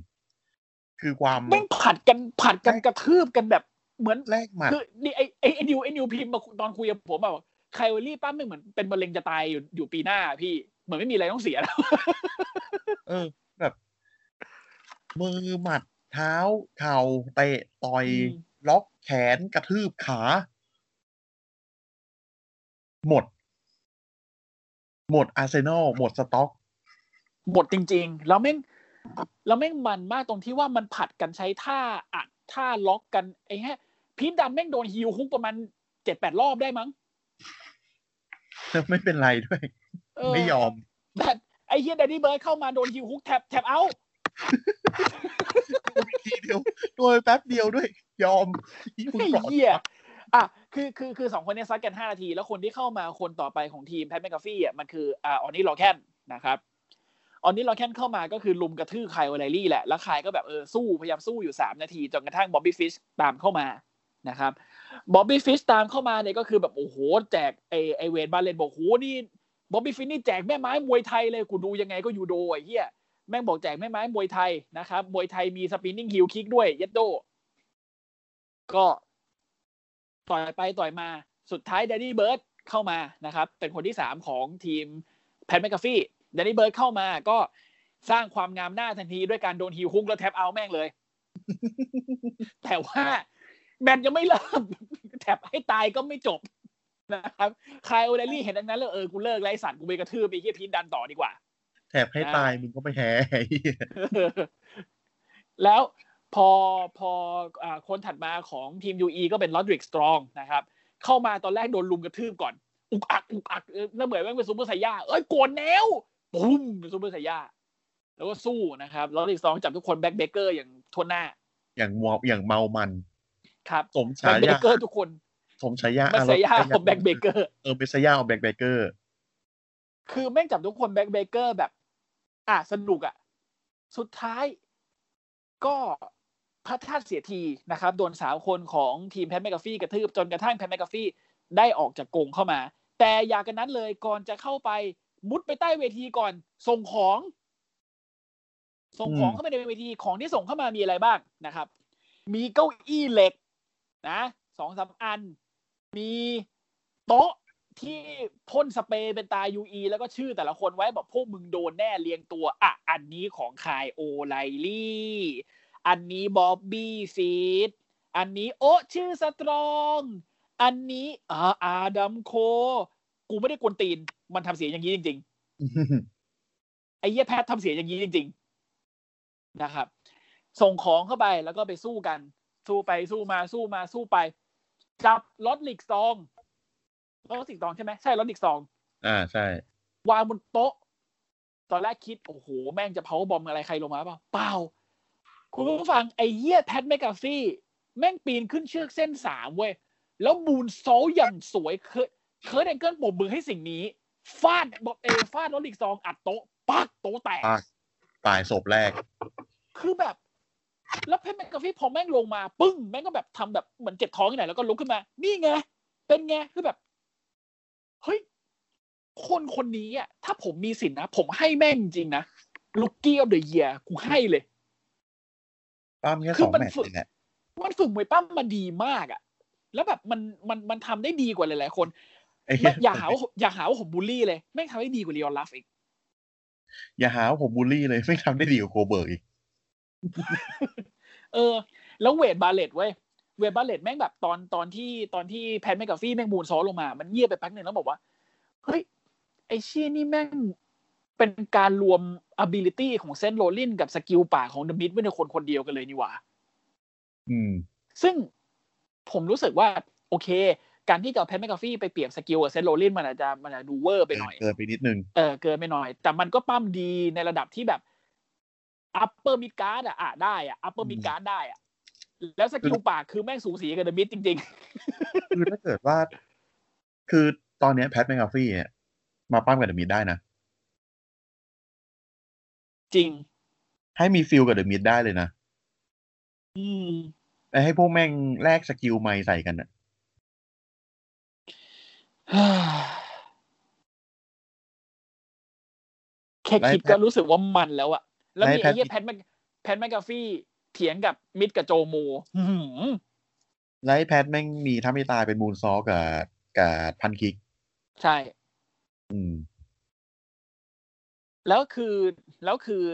Speaker 2: ๆ คือความ
Speaker 3: แม่งผัดกันผัดกันกระทืบกันแบบเหมือน
Speaker 2: แลกหมัด
Speaker 3: คือนี่ไอไอไอ้นิวไอนิวพิมพ์มาตอนคุยกับผมอะบอกคายโอไลลี่ปั้มไม่งเหมือนเป็นมะเร็งจะตายอยู่อยู่ปีหน้าพี่เหมือนไม่มีอะไรต้องเสียแล้ว
Speaker 2: เออ แบบ มือหมัดเท้าเข่าเตะต่อย
Speaker 3: อืม
Speaker 2: ล็อกแขนกระทืบขา หมด หมดอาร์เซนอลหมดสต็อก
Speaker 3: หมดจริงๆ แล้วแม่งแล้วแม่งมันมากตรงที่ว่ามันผัดกันใช้ท่าอัดท่าล็อกกันไอ้แฮะพีทดันแม่งโดนฮิวฮุกประมาณเจ็ดแปดรอบได้มั้ง
Speaker 2: ไม่เป็นไรด้วย
Speaker 3: เ
Speaker 2: ไม่ยอม
Speaker 3: แต่ไอ้เฮียแดนนี่เบิร์ดเข้ามาโดนฮิวฮุกแทบแทบเอา
Speaker 2: ทีเดียวด้วยแป๊บเดียวด้วย ยอม
Speaker 3: ไอ้เฮียอ่ะคือคือคือสองคนเนี้ซัดกันห้านาที แล้วคนที่เข้ามาคนต่อไปของทีมแพทแมคกาฟี่อ่ะมันคืออ่าออนนี่ลอแคน นะครับออนนี้ลองแคนเข้ามาก็คือลุมกระทืบคายโอไลลี่แหละ แล้วคายก็แบบเออสู้พยายามสู้อยู่ 3 นาที จนกระทั่งบ๊อบบี้ฟิชตามเข้ามานะครับบ๊อบบี้ฟิชตามเข้ามาเนี่ยก็คือแบบโอ้โหแจกไอไอเวทบาเลนบอกโหนี่บ๊อบบี้ฟิชนี่แจกแม่ไม้มวยไทยเลยกูดูยังไงก็ยูโดไอ้เหี้ยแม่งบอกแจกแม่ไม้มวยไทยนะครับมวยไทยมีสปินนิ่งฮิลคิกด้วยเย็ดโด ก็ต่อยไปต่อยมาสุดท้ายแดนนี่เบิร์ดเข้ามานะครับ เป็นคนที่สามของทีมแพทแมคกาฟี่แดนนี่เบิร์ดเข้ามาก็สร้างความงามหน้าทันทีด้วยการโดนฮิวคุกแล้วแท็บเอาท์แม่งเลย แต่ว่าแมตช์ยังไม่เริ่ม แท็บให้ตายก็ไม่จบนะครับคายโอเดลลี่เห็นดังนั้นแล้วเออกูเลิกไล่สัตว์กูไปกระทืบไปเฮียพีทดันต่อดีกว่า
Speaker 2: แถบให้ตายมึงก็ไม่แพ้ ไอ้เหี้ย
Speaker 3: แล้วพอพออ่าคนถัดมาของทีม UE ก็เป็นลอดริกสตรองนะครับ เข้ามาตอนแรกโดนลุมกระทืบก่อน อุกอักอุกอักเออน่าเหมือนแม่งเป็นซูเปอร์ไซย่าเอ้ยโกนแนวปุ้มเป็นซูเปอร์ไซย่าแล้วก็สู้นะครับลอดริกสตรองจับทุกคนแบ็คเบเกอร์อย่างทวนหน้า
Speaker 2: อย่างมัวอย่างเมามัน
Speaker 3: ครับ
Speaker 2: สม
Speaker 3: แบ็
Speaker 2: ฉา
Speaker 3: คเบ
Speaker 2: ยา
Speaker 3: เกอร์ทุกคน
Speaker 2: สมฉายา
Speaker 3: ไม่ไซย่า
Speaker 2: ะร
Speaker 3: ของแบ็คเบเกอร์
Speaker 2: เออเป็นฉายาของแบ็คเบเกอร์
Speaker 3: คือแม่งจับทุกคนแบ็คเบเกอร์แบบ อ่ะสนุกอ่ะ สุดท้ายก็พระธาตุเสียทีนะครับ โดนสาวคนของทีมแพทแมกกาฟี่กระทืบจนกระทั่งแพทแมกกาฟี่ได้ออกจากกรงเข้ามา แต่อย่ากันนั้นเลยก่อนจะเข้าไปมุดไปใต้เวทีก่อน ส่งของ ส่งของ
Speaker 2: อืม
Speaker 3: เข้าไปในเวทีของที่ส่งเข้ามามีอะไรบ้างนะครับ มีเก้าอี้เหล็ก นะสองสามอัน มีโต๊ะที่พ่นสเปรย์เป็นตา UE แล้วก็ชื่อแต่ละคนไว้บอกพวกมึงโดนแน่เรียงตัว อ่ะ อันนี้ของคายโอไลลี่ อันนี้บ๊อบบี้ฟีดอันนี้โอะชื่อสตรอง อันนี้อาอาดัมโค กูไม่ได้กวนตีน มันทำเสียงอย่างนี้จริง ๆ ไอ้เหี้ยแพทย์ทำเสียงอย่างนี้จริง ๆ นะครับ ส่งของเข้าไปแล้วก็ไปสู้กัน สู้ไปสู้มาสู้มาสู้ไป จับล็อตลิกซองล็อตลิกซองใช่ไหมใช่ล็อตลิกซอง
Speaker 2: อ่าใช่
Speaker 3: วางบนโต๊ะ ตอนแรกคิด โอ้โห แม่งจะเผาบอมอะไรใครลงมาเปล่า เปล่า คุณผู้ฟังไอ้เหี้ยแพทแมกกาฟี่ แม่งปีนขึ้นเชือกเส้นสามเว้ย แล้วมูนโซลอย่างสวยเคิร์ดเคิร์ดแองเกิลปมมือให้สิ่งนี้ ฟาดบอกเอฟาดล็อตลิกซองอัดโต๊ะปักโต๊ะแตก
Speaker 2: ปัก ตายศพแรก
Speaker 3: คือแบบ แล้วเพชรแมกกาฟี่พอแม่งลงมา ปึ้ง แม่งก็แบบทำแบบเหมือนเจ็บท้องที่ไหนอยแล้วก็ลุกขึ้นมา นี่ไง เป็นไง คือแบบ เฮ้ย คนคนนี้อ่ะ ถ้าผมมีสินนะ ผมให้แม่งจริงๆนะลูกกี้ออฟเดอะเยียกูให้เลย
Speaker 2: ป้ามแค่
Speaker 3: คื
Speaker 2: ส
Speaker 3: อ
Speaker 2: อง
Speaker 3: มัน
Speaker 2: แมตช์
Speaker 3: ฝึก
Speaker 2: เองแหละ
Speaker 3: มันฝึกมวยปั้มมาดีมากอ่ะ แล้วแบบมันมันมันทำได้ดีกว่าหลายๆคน
Speaker 2: ไอ้เหี้
Speaker 3: ไม่
Speaker 2: ย
Speaker 3: อย่าหาว่าอย่าหาว่าผมบูลลี่เลยแม่งทำได้ดีกว่าลีออนลาฟอีก
Speaker 2: อย่าหาว่าผมบูลลี่เลย ไม่ทำได้ดีกว่าโกเบิร์กอีก
Speaker 3: เออ แล้วเวทบาเลตเว้ยเวทบาเลตแม่งแบบตอนตอนที่ตอนที่แพนแมกกาฟี่แม่งมูนซอลลงมา มันเงียบไปแป๊บหนึ่งแล้วบอกว่า เฮ้ย ไอเชี่ยนี่แม่งเป็นการรวม ability ของเซนต์โรลลินกับสกิลป่าของเดอะมิดไว้ในคนคนเดียวกันเลยนี่หว่า
Speaker 2: อืม
Speaker 3: ซึ่งผมรู้สึกว่า โอเค การที่จะเอาแพนแมกกาฟี่ไปเปรียบสกิลกับเซนต์โรลลินมันอาจจะมันอาจจะดูเวอร์ไปหน่อย
Speaker 2: เกินไปนิดนึง
Speaker 3: เออเกินไปหน่อย แต่มันก็ปั้มดีในระดับที่แบบ upper mid guard อ่ะอ่ะได้อ่ะ upper mid guard ได้อ่ะ แล้วสกิลปากคือแม่งสูสีกับเดอะมิดจริง
Speaker 2: คือถ้าเกิดว่า คือตอนเนี้ยแพทแมคกาฟี่เนี่ยมาปั้มกับเดอะมิดได้นะ
Speaker 3: ๆ จริง
Speaker 2: ให้มีฟิลกับเดอะมิดได้เลยนะ
Speaker 3: อืม
Speaker 2: แต่ให้พวกแม่งแลกสกิลไม่ใส่กันอะ
Speaker 3: แค่คิดก็รู้สึกว่ามันแล้วอะแล้วมีไอ้เหี้ยแพทแมกแพทแมกกาฟี่เถียงกับมิดกับโจโมอื้อหือ
Speaker 2: แล้วไอ้แพทแม่งมีท่าไม่ตายเป็นมูนซอลกับกับพันคิก
Speaker 3: ใช่
Speaker 2: อืม
Speaker 3: แล้วคือแล้วคือ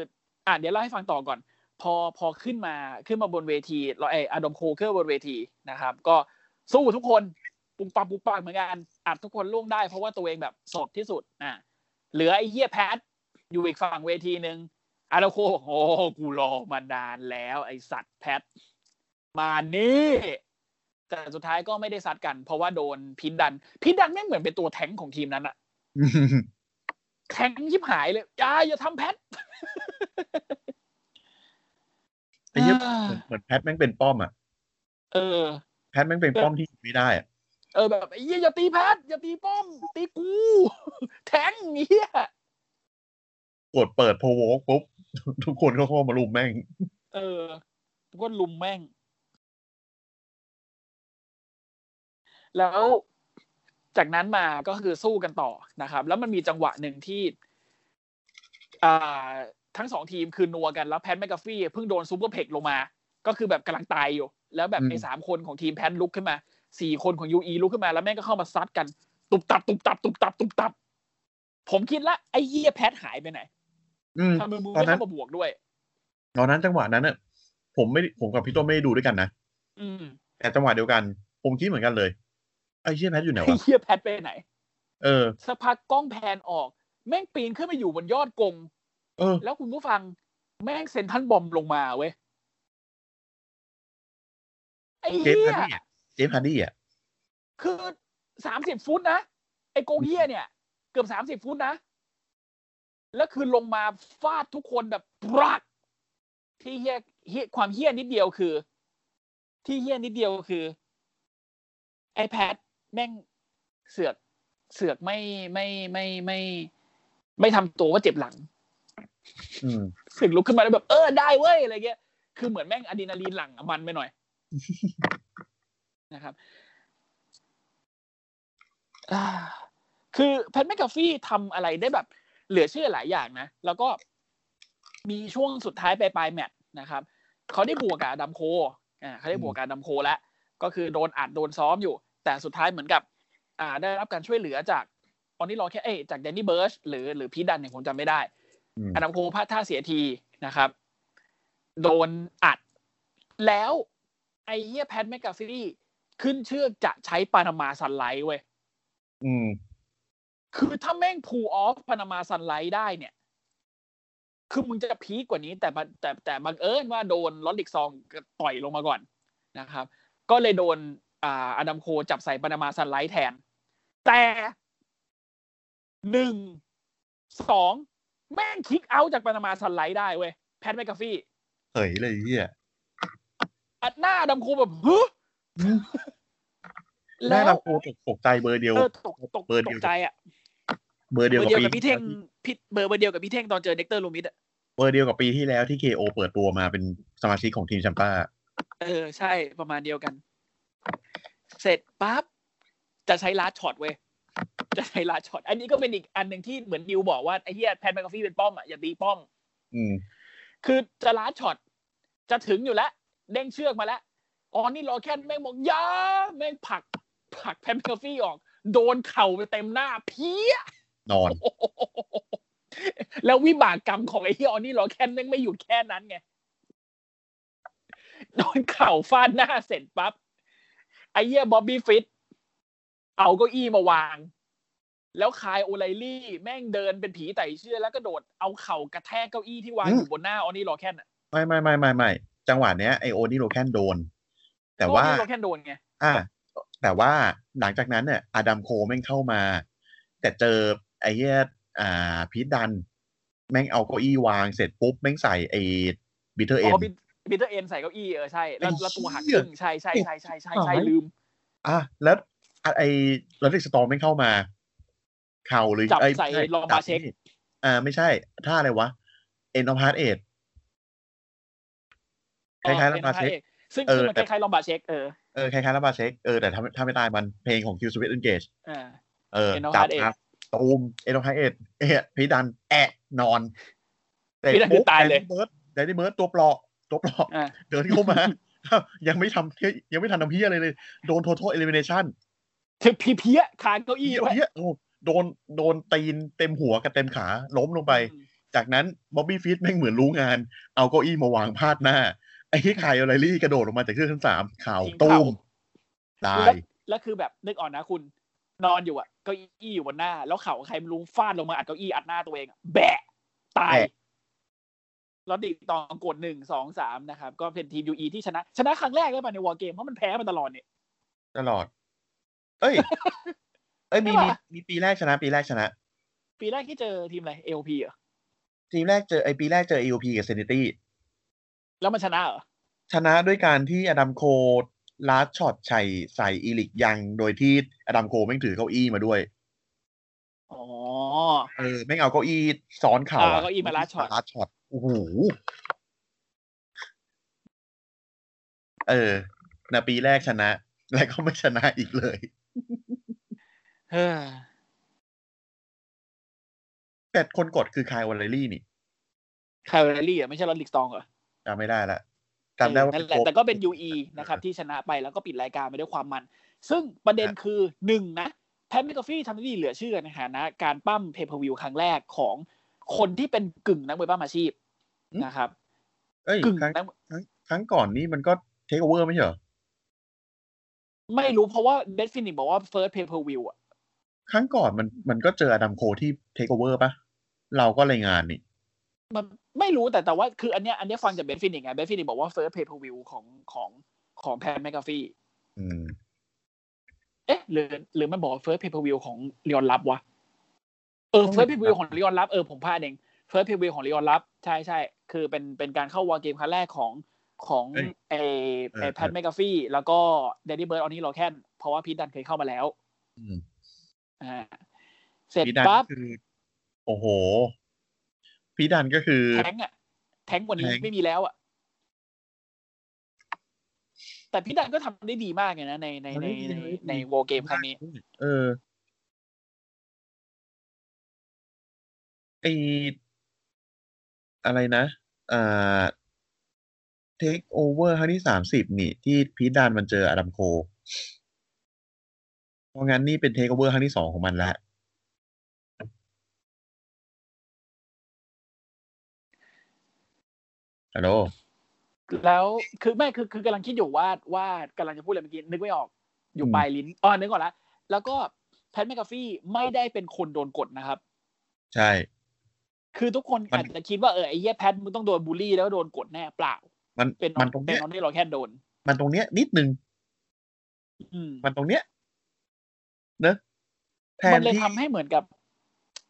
Speaker 3: อ่ะเดี๋ยวเล่าให้ฟังต่อก่อน พอพอขึ้นมาขึ้นมาบนเวทีเราไออดมโคเกอร์บนเวทีนะครับ ก็สู้ทุกคนปุงปังปุงปังเหมือนกันอัดทุกคนล่วงได้เพราะว่าตัวเองแบบสดที่สุดอ่ะเหลือไอ้เหี้ยแพท อยู่อีกฝั่งเวทีหนึ่งอาดมโคบอกโอ้กูรอมานานแล้วไอสัตว์แพท มานี่แต่สุดท้ายก็ไม่ได้ซัดกัน เพราะว่าโดนพินดัน พินดันแม่งเหมือนเป็นตัวแทงค์ของทีมนั้นอะ แทงชิบหายเลยอย่าอย่าทำแพท
Speaker 2: ไอ้เหี้ย
Speaker 3: อ่า
Speaker 2: เหมือนเหมือนแพทแม่งเป็นป้อมอะ
Speaker 3: เออ
Speaker 2: แพทแม่งเป็นป้อมที่ไม่ได้อะ
Speaker 3: เออแบบไอ้ เหี้ยอย่าตีแพท อย่าตีป้อม ตีกู แทงเงี้ย
Speaker 2: กดเปิดโพวกปุ๊บ ทุกคนก็เข้ามารุมแม่ง
Speaker 3: เออก็ลุมแม่ง แล้วจากนั้นมาก็คือสู้กันต่อนะครับ แล้วมันมีจังหวะหนึ่งที่ อ่า ทั้งสองทีมคือนัวกันแล้วแพทแมกกาฟี่เพิ่งโดนซูเปอร์เพกลงมา ก็คือแบบกำลังตายอยู่ แล้วแบบ
Speaker 2: อืม
Speaker 3: ไอ้สามคนของทีมแพทลุกขึ้นมาสี่คนของยูอีลุกขึ้นมาแล้วแม่งก็เข้ามาซัดกัน ตุบตับตุบตับตุบตับตุบตับ ผมคิดละไอ้เหี้ยแพทหายไปไหน
Speaker 2: อืม
Speaker 3: ทำไมมึง
Speaker 2: ตอ
Speaker 3: ไม่
Speaker 2: นนั้น
Speaker 3: เข้ามาบวกด้วย
Speaker 2: ตอนนั้นจังหวะนั้นเนี่ยผมไม่ผมกับพี่โต้ไม่ได้ดูด้วยกันนะ
Speaker 3: อืม
Speaker 2: แต่จังหวะเดียวกัน ผมคิดเหมือนกันเลย ไอ้เชี่ยแพทอยู่ไหน
Speaker 3: ไอ้
Speaker 2: วะ
Speaker 3: เหี้ยแพทไปไหน
Speaker 2: เออ
Speaker 3: สักพักกล้องแพนออก แม่งปีนขึ้นมาอยู่บนยอดกง
Speaker 2: เออ
Speaker 3: แล้วคุณผู้ฟัง แม่งเซ็นทรันบอมลงมาเว้ย ไอ้
Speaker 2: เจฟ
Speaker 3: เหี้
Speaker 2: ฮาย ร์ดี้อะเจฟฮาร์ดี้อ่ะ
Speaker 3: คือสามสิบฟุตนะ ไอ้กงเหี้ยเนี่ย เกือบสามสิบ30 ฟุตนะ แล้วคือลงมาฟาดทุกคนแบบปรัก ที่เหี้ยเหี้ยความเหี้ยนิดเดียวคือ ที่เหี้ยนิดเดียวคือ ไอแพดแม่งเสือกเสือกไม่ไม่ไม่ไม่ ไม่ทำตัวว่าเจ็บหลัง
Speaker 2: อืม
Speaker 3: สึกลุกขึ้นมาแล้วแบบเออได้เว้ยอะไรเงี้ย คือเหมือนแม่งอะดรีนาลีนหลั่งอะมันไปหน่อย นะครับอ่าคือแพทแมคกาฟี่ทำอะไรได้แบบ เหลือเชื่อหลายอย่างนะ แล้วก็มีช่วงสุดท้ายปลายปลายๆแมตช์นะครับ เขาได้บวกกับอดัมโคอ่าเขาได้บวกกับอดัมโคแล้ว ก็คือโดนอัดโดนซ้อมอยู่ แต่สุดท้ายเหมือนกับ อ่า ได้รับการช่วยเหลือจากตอนนี้รอแค่เอ้ยจากแดนนี่เบิร์ชหรือหรือพีทดันเนี่ยผมจำไม่ได้
Speaker 2: อืม
Speaker 3: อดัมโคพลาดท่าเสียทีนะครับ โดนอัด แล้วไอ้เหี้ยแพทแมกกาฟิลี่ขึ้นเชือกจะใช้ปานามาซันไลท์เว้ย
Speaker 2: อืม
Speaker 3: คือถ้าแม่ง pull off ปานามาซันไลท์ได้เนี่ย คือมึงจะพีคกว่านี้ แต่มันแต่แต่บังเอิญว่าโดนลอดลิกซองต่อยลงมาก่อนนะครับ ก็เลยโดนอ่าอดัมโคจับใส่ปานามาซันไลท์แทน แต่หนึ่งสองแม่งคิกเอาท์จากปานามาซันไลท์ได้เว้ย แพทแมกกาฟี่
Speaker 2: เฮ้ยเลยไอ้เฮีย
Speaker 3: อัดหน้าอดัมโคแบบฮึ
Speaker 2: แม่
Speaker 3: แล้ว
Speaker 2: เราโคตรตกใจเบอร์เดียว
Speaker 3: เออตกตก
Speaker 2: เบอร์เดี
Speaker 3: ต
Speaker 2: ยว
Speaker 3: กใจอ่ะ
Speaker 2: เบอร์
Speaker 3: เบ
Speaker 2: เดียว
Speaker 3: อร์
Speaker 2: กับ
Speaker 3: เดี
Speaker 2: ปี
Speaker 3: ยวกับพี่เท่งพี่เบอร์เบอร์เดียวกับพี่เท่งตอนเจอเด็กเตอร์ลูมิดอ่ะ
Speaker 2: เบอร์เดียวกับปีที่แล้วที่เคโอเปิดตัวมาเป็นสมาชิกของทีมแชมป้า
Speaker 3: เออใช่ประมาณเดียวกัน เสร็จปั๊บจะใช้ลาสช็อตเว้ยจะใช้ลาสช็อตอันนี้ก็เป็นอีกอันหนึ่งที่เหมือนดิวบอกว่าไอ้เหี้ยแพนแมคกาฟี่เป็นป้อมอ่ะอย่าตีป้อม
Speaker 2: อืม
Speaker 3: คือจะลาสช็อตจะถึงอยู่แล้ว เด้งเชือกมาแล้วอ๋อนี่รอแค่แม่งบอกอยาแม่งผลักผลักแพนแมคกาฟี่ออก โดนเข่าไปเต็มหน้าเพี้ย
Speaker 2: นอน
Speaker 3: โอ้โห แล้ววิบากกรรมของไอ้ที่ออนนี่ลอแคนแม่งไม่หยุดแค่นั้นไงโดนเข่าฟาดหน้าเสร็จปั๊บไอ้เหี้ยบ๊อบบี้ฟิต เอาเก้าอี้มาวาง แล้วคายโอไลลี่ แม่งเดินเป็นผีไต่เชือกแล้วก็โดดเอาเข่ากระแทกเก้าอี้ที่วาง
Speaker 2: อืม
Speaker 3: อยู่บนหน้าออนนี่ลอแคนอะ
Speaker 2: ไม่ไม่ไม่ไม่ไม่จังหวะเนี้ยไอโอนี่โรแคนโดน แต่ว่า
Speaker 3: ออนนี่ลอแคนโดนไง
Speaker 2: อ่า แต่ว่าหลังจากนั้นเนี่ยอดัมโคแม่งเข้ามา แต่เจอไอ้เหี้ยอ่าพีทดัน แม่งเอาเก้าอี้วางเสร็จปุ๊บ แม่งใส่ไอ้บิเทอร์
Speaker 3: อ๋
Speaker 2: เอ็น
Speaker 3: อบิบิเตอร์เอ็นใส่เก้าอี้เออใช่แล้วแล้วตัวหักครึ่งใช่ใช่ใช่ใช่ใช่ใช่ลืม
Speaker 2: อ่ะแล้วอ่ะไอ้ลอริกสตอมไม่เข้ามา เข่าหรือ
Speaker 3: จับ
Speaker 2: เอ้ย
Speaker 3: ใส่
Speaker 2: ไช่
Speaker 3: ลอง
Speaker 2: จั
Speaker 3: มาเช็ค
Speaker 2: นี่อ่า ไม่ใช่ ท่าอะไรวะเอ็นอพาร์ตเอ็ด คล้ายๆลอมบาเช็ค
Speaker 3: ป็นพระอกซึ่ง
Speaker 2: เออ
Speaker 3: ซึ่งมัน
Speaker 2: แต่
Speaker 3: คล้ายๆลอมบาเช็คเออ
Speaker 2: เออคล้ายๆลาบาเช็คเออแต่ถ้าถ้าไม่ตายมันเพลงของคิวสวิตเอนเกจ
Speaker 3: อ่า
Speaker 2: เออ
Speaker 3: End of
Speaker 2: จั
Speaker 3: Heart
Speaker 2: มา
Speaker 3: Aid
Speaker 2: ตูมเอ็นอพาร์ตเอ็ดเอ๊ะพี่ดัน แอะนอนแต่
Speaker 3: พี่ดันคือตายเลย
Speaker 2: เบิร์ดไดนี่เบิร์ดตัวเปลาะตัวเปลาะ
Speaker 3: อ่า
Speaker 2: เดินเข้ามา ยังไม่ทำเหี้ยยังไม่ทันทำเพี้ยอะไรเลย โดน total elimination
Speaker 3: ถึงพี่เพี้ยคางเก้าอี้
Speaker 2: เหี้ย
Speaker 3: ไว้
Speaker 2: เหี้ยโอ้โดนโดนตีนเต็มหัวกับเต็มขา ล้มลงไป จากนั้นบ๊อบบี้ฟิตแม่งเหมือนรู้งาน เอาเก้าอี้มาวางพาดหน้า ไอ้ที่ขายอะไรลี่กระโดดลงมาจากเครื่องชั้นสามข่าวตูมตาย
Speaker 3: แล้วคือแบบนึกออกนะคุณ นอนอยู่อ่ะเก้าอี้อยู่บนหน้า แล้วเข่าใครไม่รู้ฟาดลงมาอัดเก้าอี้อัดหน้าตัวเองอะแบะตาย
Speaker 2: แบะ
Speaker 3: แล้วดิตองกดหนึ่งสองสามนะครับ ก็เป็นทีมยูอีที่ชนะ ชนะครั้งแรกได้ป่ะในวอลเกมเพราะมันแพ้มาตลอดเนี่ย
Speaker 2: ตลอด เอ้ย เอ้ยมี
Speaker 3: ใช่
Speaker 2: มี
Speaker 3: ปะ
Speaker 2: มีปีแรกชนะ ปีแรกชนะ
Speaker 3: ปีแรกที่เจอทีมอะไรเอลพีเหรอ
Speaker 2: ทีมแรกเจอไอปีแรกเจอ AOP กับ Sanity
Speaker 3: แล้วมันชนะเหรอ
Speaker 2: ชนะด้วยการที่อดัมโคลาสช็อตชัยใส่อีลิกยัง โดยที่อดัมโคแม่งถือเก้าอี้มาด้วย
Speaker 3: อ๋อ
Speaker 2: เ เออไม่งเอาเก้าอี้ซ้อนเข่า
Speaker 3: เอาเก้าอี้มาลัดช็อต
Speaker 2: ลัดช็อตโอ้โหเออนะปีแรกชนะ แล้วก็ไม่ชนะอีกเลย
Speaker 3: เฮ้อ
Speaker 2: แต่คนกดคือคายวอลเลรี่นี่
Speaker 3: คาร์เรลลี่อ่ะไม่ใช่รอนลิกสตองเหรอ
Speaker 2: จำไม่ได้ละจำได้ว่า
Speaker 3: นั่นแหละ
Speaker 2: โค้ช
Speaker 3: แต่ก็เป็น UE นะครับที่ชนะไปแล้วก็ปิดรายการไปด้วยความมัน ซึ่งประเด็นคือหนึ่งนะแพทแมกกาฟี่ทำได้ดีเหลือเชื่อในฐานะ การปั้มเพย์เพอร์วิวครั้งแรกของคนที่เป็นกึ่งนักมวยปั้มอาชีพนะครับ
Speaker 2: เอ้ย
Speaker 3: กึ่ง
Speaker 2: ครั้ง
Speaker 3: นัก
Speaker 2: ครั้งก่อนนี่มันก็เทคโอเวอร์ไม่ใช่เหรอ
Speaker 3: ไม่รู้เพราะว่าเบสฟินิกบอกว่า first pay per view อ่ะ
Speaker 2: ครั้งก่อนมันมันก็เจออดัมโคที่เทคโอเวอร์ปะเราก็รายงานนี่
Speaker 3: มันไม่รู้แต่แต่ว่าคืออันเนี้ยอันเนี้ยฟังจากเบสฟินิกไงเบสฟินิกบอกว่า first pay per view ของของของแพนแมกกาฟี
Speaker 2: อืม
Speaker 3: เอ๊ะหรือหรือมันบอกว่า first pay per view ของเลียนรับวะเออ first pay per view ของเลียนรับเออผมพลาดเอง first pay per view ของเลียนรับใช่ใช่คือเป็นเป็นการเข้าวอร์เกมครั้งแรกของของ
Speaker 2: เอ้ย
Speaker 3: เอ
Speaker 2: เอ
Speaker 3: เอ
Speaker 2: อ
Speaker 3: แพนแมกกาฟีแล้วก็เดดดี้เบิร์ดออนนี่โรแคนเพราะว่าพีทดันเคยเข้ามาแล้ว
Speaker 2: อืม
Speaker 3: อ่าเสร็จ
Speaker 2: พีดัน
Speaker 3: ปั๊บ
Speaker 2: คือ โอ้โห พีดันก็คือ
Speaker 3: แทงก์อ่ะแทงก์กว่านี้
Speaker 2: แท้ง
Speaker 3: ไม่มีแล้วอ่ะ แต่พี่ดันก็ทำได้ดีมากเลยนะในในในในในโวเกมครั้งนี้
Speaker 2: เออไออะไรนะอ่าเทคโอเวอร์ครั้งที่สามสิบนี่ ที่พีดันมันเจออดัมโค เพราะงั้นนี่เป็นเทคโอเวอร์ครั้งที่สองของมันแล้ว ฮัลโหล
Speaker 3: แล้วคือไม่คือคือกำลังคิดอยู่ว่าว่ากำลังจะพูดอะไรเมื่อกี้นึกไม่ออก อยู่ปลายลิ้นอ๋อนึกก่อนละแล้วก็แพทแมกกาฟี่ไม่ได้เป็นคนโดนกดนะครับ
Speaker 2: ใช่
Speaker 3: คือทุกคน
Speaker 2: มัน
Speaker 3: อาจจะคิดว่าเออไอ้เหี้ยแพทมึงต้องโดนบูลลี่แล้วโดนกดแน่เปล่า
Speaker 2: มัน
Speaker 3: เป็น
Speaker 2: มันตรง
Speaker 3: เป็
Speaker 2: เนี้
Speaker 3: น
Speaker 2: ย
Speaker 3: น้องที่เราแค่โดน
Speaker 2: มันตรงเนี้ยนิดนึง
Speaker 3: อืม
Speaker 2: มันตรงเนี้ยเนอะแท
Speaker 3: มัน นเลย
Speaker 2: ที่
Speaker 3: ทำให้เหมือนกับ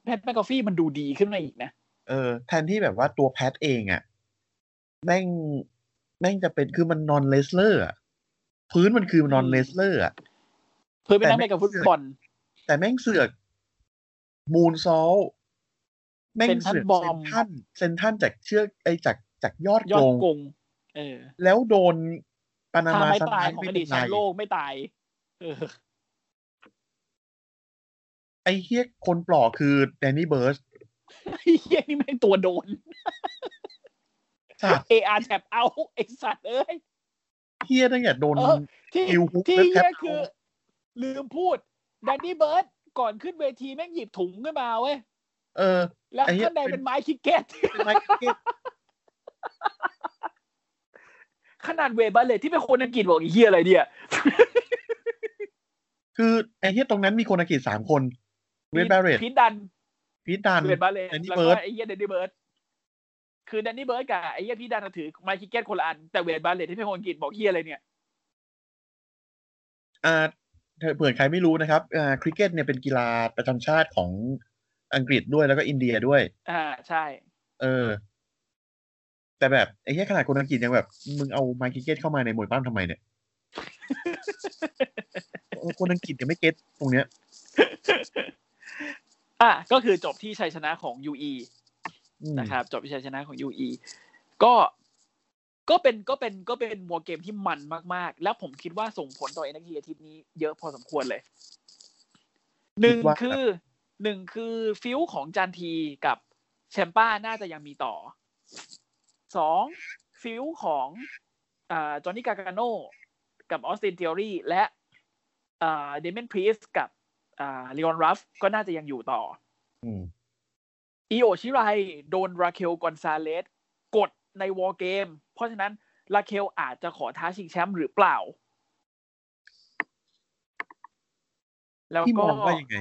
Speaker 3: แพทแมกกาฟี่มันดูดีขึ้นมาอีกนะ
Speaker 2: เออแทนที่แบบว่าตัวแพทเองอะ่ะ แม่งแม่งจะเป็นคือมันนอนเลสเลอร์อ่ะ พื้นมันคือนอน
Speaker 3: อืม
Speaker 2: เลสเลอร์อ่ะ
Speaker 3: เพื่อเป็นนัก
Speaker 2: แต่ไม่
Speaker 3: เตะกับฟุตบอล
Speaker 2: แต่แม่งเสือกมูนซอลแม่งเสือก
Speaker 3: เซ็นทรัลบอม
Speaker 2: เซนทันเซนทันจากเชือกไอจากจากยอดโก
Speaker 3: ยอด
Speaker 2: ง
Speaker 3: กง เออ
Speaker 2: แล้วโดนปานา
Speaker 3: ถ้า
Speaker 2: มา
Speaker 3: ไม่
Speaker 2: ซัน
Speaker 3: ตาย
Speaker 2: ไลด์
Speaker 3: ของ
Speaker 2: ไม่
Speaker 3: อ
Speaker 2: เป็
Speaker 3: ดี
Speaker 2: น
Speaker 3: ตแช
Speaker 2: ไร
Speaker 3: มป์โลกไม่ตาย เออ
Speaker 2: ไอเฮียคนปลอกคือแดนนี่เบิร์ส
Speaker 3: ไอ้เหี้ยนี่แม่งตัวโดน
Speaker 2: ครับ
Speaker 3: AR แท็บเอาไอ้สัตว์เอ้ย
Speaker 2: เฮียตั้งแต่โดน
Speaker 3: เออ ที่
Speaker 2: อิวฮุก
Speaker 3: ที่
Speaker 2: และแท็บ
Speaker 3: เหี้ยคือ ลืมพูดแดนนี่เบิร์ดก่อนขึ้นเวทีแม่งหยิบถุงขึ้นมาเว้ย
Speaker 2: เออ
Speaker 3: แล้ว
Speaker 2: ไอ้เหี้ย
Speaker 3: ข้างในเป็นไม้ คิกเก็ต
Speaker 2: เป็นไมค์คิกเก็ต
Speaker 3: ขนาดเวเบัลเลยที่เป็นคนอังกฤษบอกไอ้เหี้ยอะไรเนี่ย
Speaker 2: คือไอ้เหี้ยตรงนั้นมีคนอังกฤษสามคน เวนบาเรต
Speaker 3: พีทดัน
Speaker 2: พีทดัน
Speaker 3: เวทบาเลต
Speaker 2: แดนนี่
Speaker 3: แล้ว
Speaker 2: เบิ
Speaker 3: ก็
Speaker 2: ร์ด
Speaker 3: ไอ้เหี้ยแดนนี่เบิร์ดคือแดนนี่เบิร์ดกับไอ้เหี้ยพีทดันน่ะถือไม้คิกเก็ตคนละอัน แต่เวทบาเลตที่เป็นคนอังกฤษบอกเหี้ยอะไรเนี่ย
Speaker 2: อ่าเผื่อใครไม่รู้นะครับอ่าคริกเก็ตเนี่ยเป็นกีฬาประจำชาติของอังกฤษด้วยแล้วก็อินเดียด้วย
Speaker 3: อ่าใช่
Speaker 2: เออ แต่แบบไอ้เหี้ยขนาดคนอังกฤษยังแบบ มึงเอาไมค์คริกเก็ตเข้ามาในมวยปั้มทำไมเนี่ย คนอังกฤษยังไม่เก็ตตรงเนี้ย
Speaker 3: อ่ะก็คือจบที่ชัยชนะของ UE
Speaker 2: อืม
Speaker 3: นะครับจบที่ชัยชนะของ UE ก็ก็เป็นก็เป็นก็เป็นมัวเกมที่มันมาก ๆ แล้วผมคิดว่าส่งผลต่อ NXT อาทิตย์นี้เยอะพอสมควรเลยหนึ่งคือหนึ่งคือฟิลของจันทีกับแชมป้าน่าจะยังมีต่อสองฟิลของอ่าจอห์นนี่กา a าโนกับออสตินเทอรี่และอ่าเดเมนพรีสกับอ่าเลออนรัฟก็น่าจะยังอยู่ต่อ
Speaker 2: อืม
Speaker 3: อีโอชิไรโดนราเคลกอนซาเลสกดในวอลเกม เพราะฉะนั้นราเคลอาจจะขอท้าชิงแชมป์หรือเปล่า แล้ว
Speaker 2: พี่ม
Speaker 3: ก็
Speaker 2: องว่ายังไง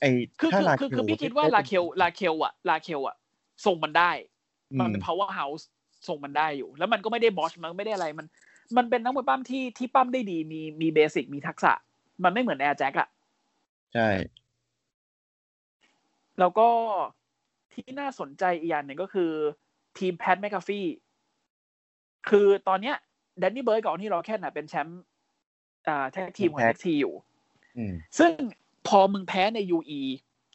Speaker 2: ไอ้
Speaker 3: คือ
Speaker 2: ถ้า
Speaker 3: คือ
Speaker 2: ลา
Speaker 3: คือ
Speaker 2: เ
Speaker 3: คือพี่
Speaker 2: ล
Speaker 3: คิดว่าราเคลราเคลอะราเคลอะส่งมันได้
Speaker 2: อื
Speaker 3: มัน
Speaker 2: ม
Speaker 3: เป็น power house ส่งมันได้อยู่ แล้วมันก็ไม่ได้บอชมันไม่ได้อะไรมัน มันเป็นนักมวยปั้มที่ที่ปั้มได้ดีมีมีเบสิกมีทักษะ มันไม่เหมือนแอร์แจ็คอะ
Speaker 2: ใช่
Speaker 3: แล้วก็ที่น่าสนใจอีกอย่างหนึ่งก็คือ ทีมแพทแมคคาฟี่คือตอนเนี้ยแดนนี่เบิร์ดกับออนนี่โรแคนน่ะเป็นแชมป์อ่าแท็กทีมของ
Speaker 2: แท็ก
Speaker 3: NXT อยู่
Speaker 2: อืม
Speaker 3: ซึ่งพอมึงแพ้ใน UE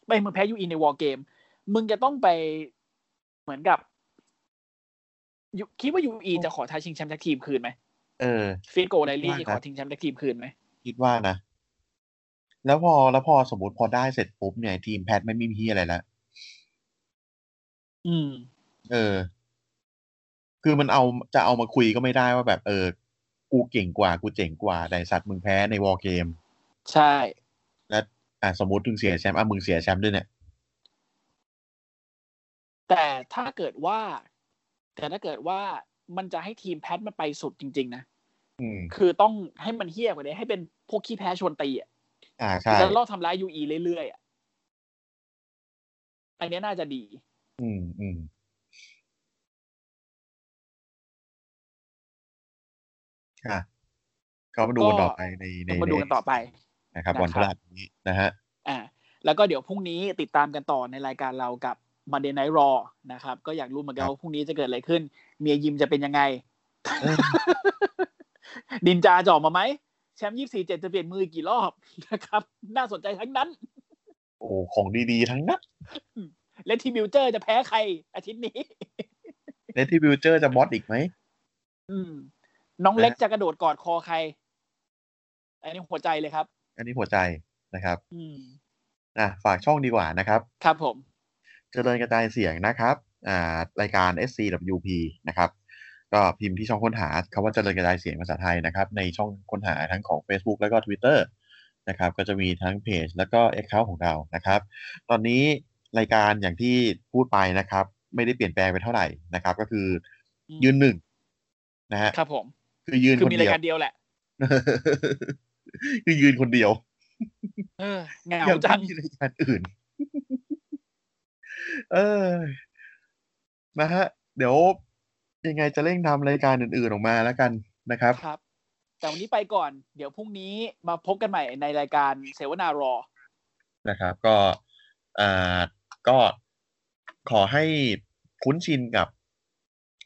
Speaker 3: ไม่มึงแพ้ยูอินในวอลเกม มึงจะต้องไปเหมือนกับยูคิดว่ายูอีจะขอท้าชิงแชมป์แท็กทีมคืนไหม
Speaker 2: เออ
Speaker 3: ฟิโกไลลี่
Speaker 2: ว่าครับ
Speaker 3: ขอทิ้งแชมป์แท็กทีมคืนไหม
Speaker 2: คิดว่านะ แล้วพอแล้วพอสมมติพอได้เสร็จปุ๊บเนี่ย ทีมแพทไม่มีพี่อะไรแล้ว
Speaker 3: อืม
Speaker 2: เออ คือมันเอาจะเอามาคุยก็ไม่ได้ว่าแบบ เออ กูเก่งกว่า กูเจ๋งกว่าแต่สัตว์มึงแพ้ในวอลเกม
Speaker 3: ใช่
Speaker 2: และอ่ะสมมติมึงเสียแชมป์อ่ะมึงเสียแชมป์ด้วยเนี่ย
Speaker 3: แต่ถ้าเกิดว่า แต่ถ้าเกิดว่ามันจะให้ทีมแพทมันไปสุดจริง ๆ นะ
Speaker 2: อืม
Speaker 3: คือต้องให้มันเฮี้ยกว่านี้ให้เป็นพวกขี้แพ้ชวนตีอ่ะ
Speaker 2: อ่าใช่
Speaker 3: แล้วล่อทำร้ายยูอีเรื่อยๆอ่ะอันเนี้ยน่าจะดี
Speaker 2: อืมอืมค่ะก็มาดูกันต่อไปในใน
Speaker 3: ต้องมาดูกันต่อไป
Speaker 2: นะครับ
Speaker 3: นะครับ
Speaker 2: วันพฤหัสนี้นะฮะ
Speaker 3: อ่าแล้วก็เดี๋ยวพรุ่งนี้ติดตามกันต่อในรายการเรากับ Monday Night Raw นะครับ ก็อยากรู้เหมือนกัน
Speaker 2: ครับ
Speaker 3: ว่าพรุ่งนี้จะเกิดอะไรขึ้น เมียยิมจะเป็น ยังไง ดินจาจะออกมาไหม แชมป์ยี่สี่เจ็ดจะเปลี่ยนมืออีกกี่รอบนะครับ น่าสนใจทั้งนั้น
Speaker 2: โอ้ของดีๆทั้งนั้น
Speaker 3: และทีบิวเจอร์จะแพ้ใครอาทิตย์นี้
Speaker 2: เลที่บิวเจอร์จะบอสอีกไหม
Speaker 3: อืม น้องเล็กจะกระโดดกอดคอใคร อันนี้หัวใจเลยครับ
Speaker 2: อันนี้หัวใจนะครับ
Speaker 3: อืม
Speaker 2: อ่ะฝากช่องดีกว่านะครับ
Speaker 3: ครับผม
Speaker 2: เจริญกระจายเสียงนะครับอ่ารายการ SCWP นะครับ ก็พิมพ์ที่ช่องค้นหาคำว่าเจริญกระจายเสียงภาษาไทยนะครับ ในช่องค้นหาทั้งของ Facebook แล้วก็ Twitter นะครับ ก็จะมีทั้งเพจแล้วก็ Account ของเรานะครับ ตอนนี้รายการอย่างที่พูดไปนะครับ ไม่ได้เปลี่ยนแปลงไปเท่าไหร่นะครับ ก็คือยืนหนึ่งนะฮะ
Speaker 3: ครับผม
Speaker 2: คือยืน
Speaker 3: คือ
Speaker 2: คน
Speaker 3: มี
Speaker 2: เดี
Speaker 3: ราย
Speaker 2: ยว
Speaker 3: การเดียวแหละ
Speaker 2: คือยืนคนเดียว
Speaker 3: เออเหงา
Speaker 2: ยัง
Speaker 3: จัง
Speaker 2: ไม่มีรายการอื่น เออ นะฮะ เดี๋ยวยังไงจะเร่งทำรายการอื่นๆออกมาแล้วกันนะครับ
Speaker 3: ครับ แต่วันนี้ไปก่อน เดี๋ยวพรุ่งนี้มาพบกันใหม่ในรายการเสวนารอ
Speaker 2: นะครับ ก็อ่าก็ขอให้คุ้นชินกับ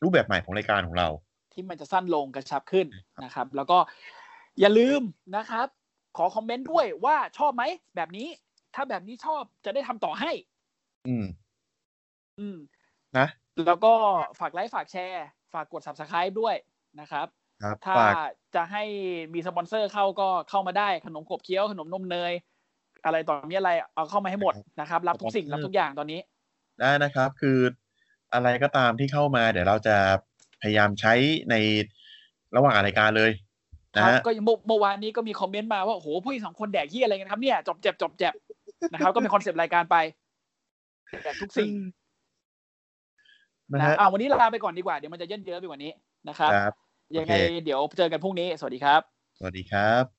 Speaker 2: รูปแบบใหม่ของรายการของเรา
Speaker 3: ที่มันจะสั้นลงกระชับขึ้นนะครับ แล้วก็อย่าลืมนะครับ ขอคอมเมนต์ด้วยว่าชอบไหม แบบนี้ ถ้าแบบนี้ชอบจะได้ทำต่อให้
Speaker 2: อืม
Speaker 3: อืม
Speaker 2: นะ
Speaker 3: แล้วก็ฝากไลค์ฝากแชร์ ฝากกด subscribe ด้วยนะครับ
Speaker 2: ครับ
Speaker 3: ถ้า
Speaker 2: ฝาก
Speaker 3: จะให้มีสปอนเซอร์เข้าก็เข้ามาได้ขนมขบเคี้ยวขนมนมเนย อะไรต่อมีอะไรเอาเข้ามาให้หมดนะครับ รับทุกสิ่งรับทุกอย่างตอนนี้
Speaker 2: ได้นะครับ คืออะไรก็ตามที่เข้ามา เดี๋ยวเราจะพยายามใช้ในระหว่างรายการเลย
Speaker 3: ค
Speaker 2: นะ
Speaker 3: รับ
Speaker 2: ฮะ
Speaker 3: ก็เมื่อเมื่อวานนี้ก็มีคอมเมนต์มาว่าโอ้โหผู้หญิงสองคนแดกที่อะไรกันครับเนี่ยจบเจ็บจบเจ็บนะครับ ก็เป็นคอนเซปต์รายการไปแดกทุกสิ่ง
Speaker 2: นะ
Speaker 3: นะ
Speaker 2: ฮะ
Speaker 3: อ่าวันนี้ลาไปก่อนดีกว่าเดี๋ยวมันจะเยินเยอะไปกว่านี้นะครับ
Speaker 2: ครับ
Speaker 3: ยังไง
Speaker 2: โอเค
Speaker 3: เดี๋ยวเจอกันพรุ่งนี้ สวัสดีครับ
Speaker 2: สวัสดีครับ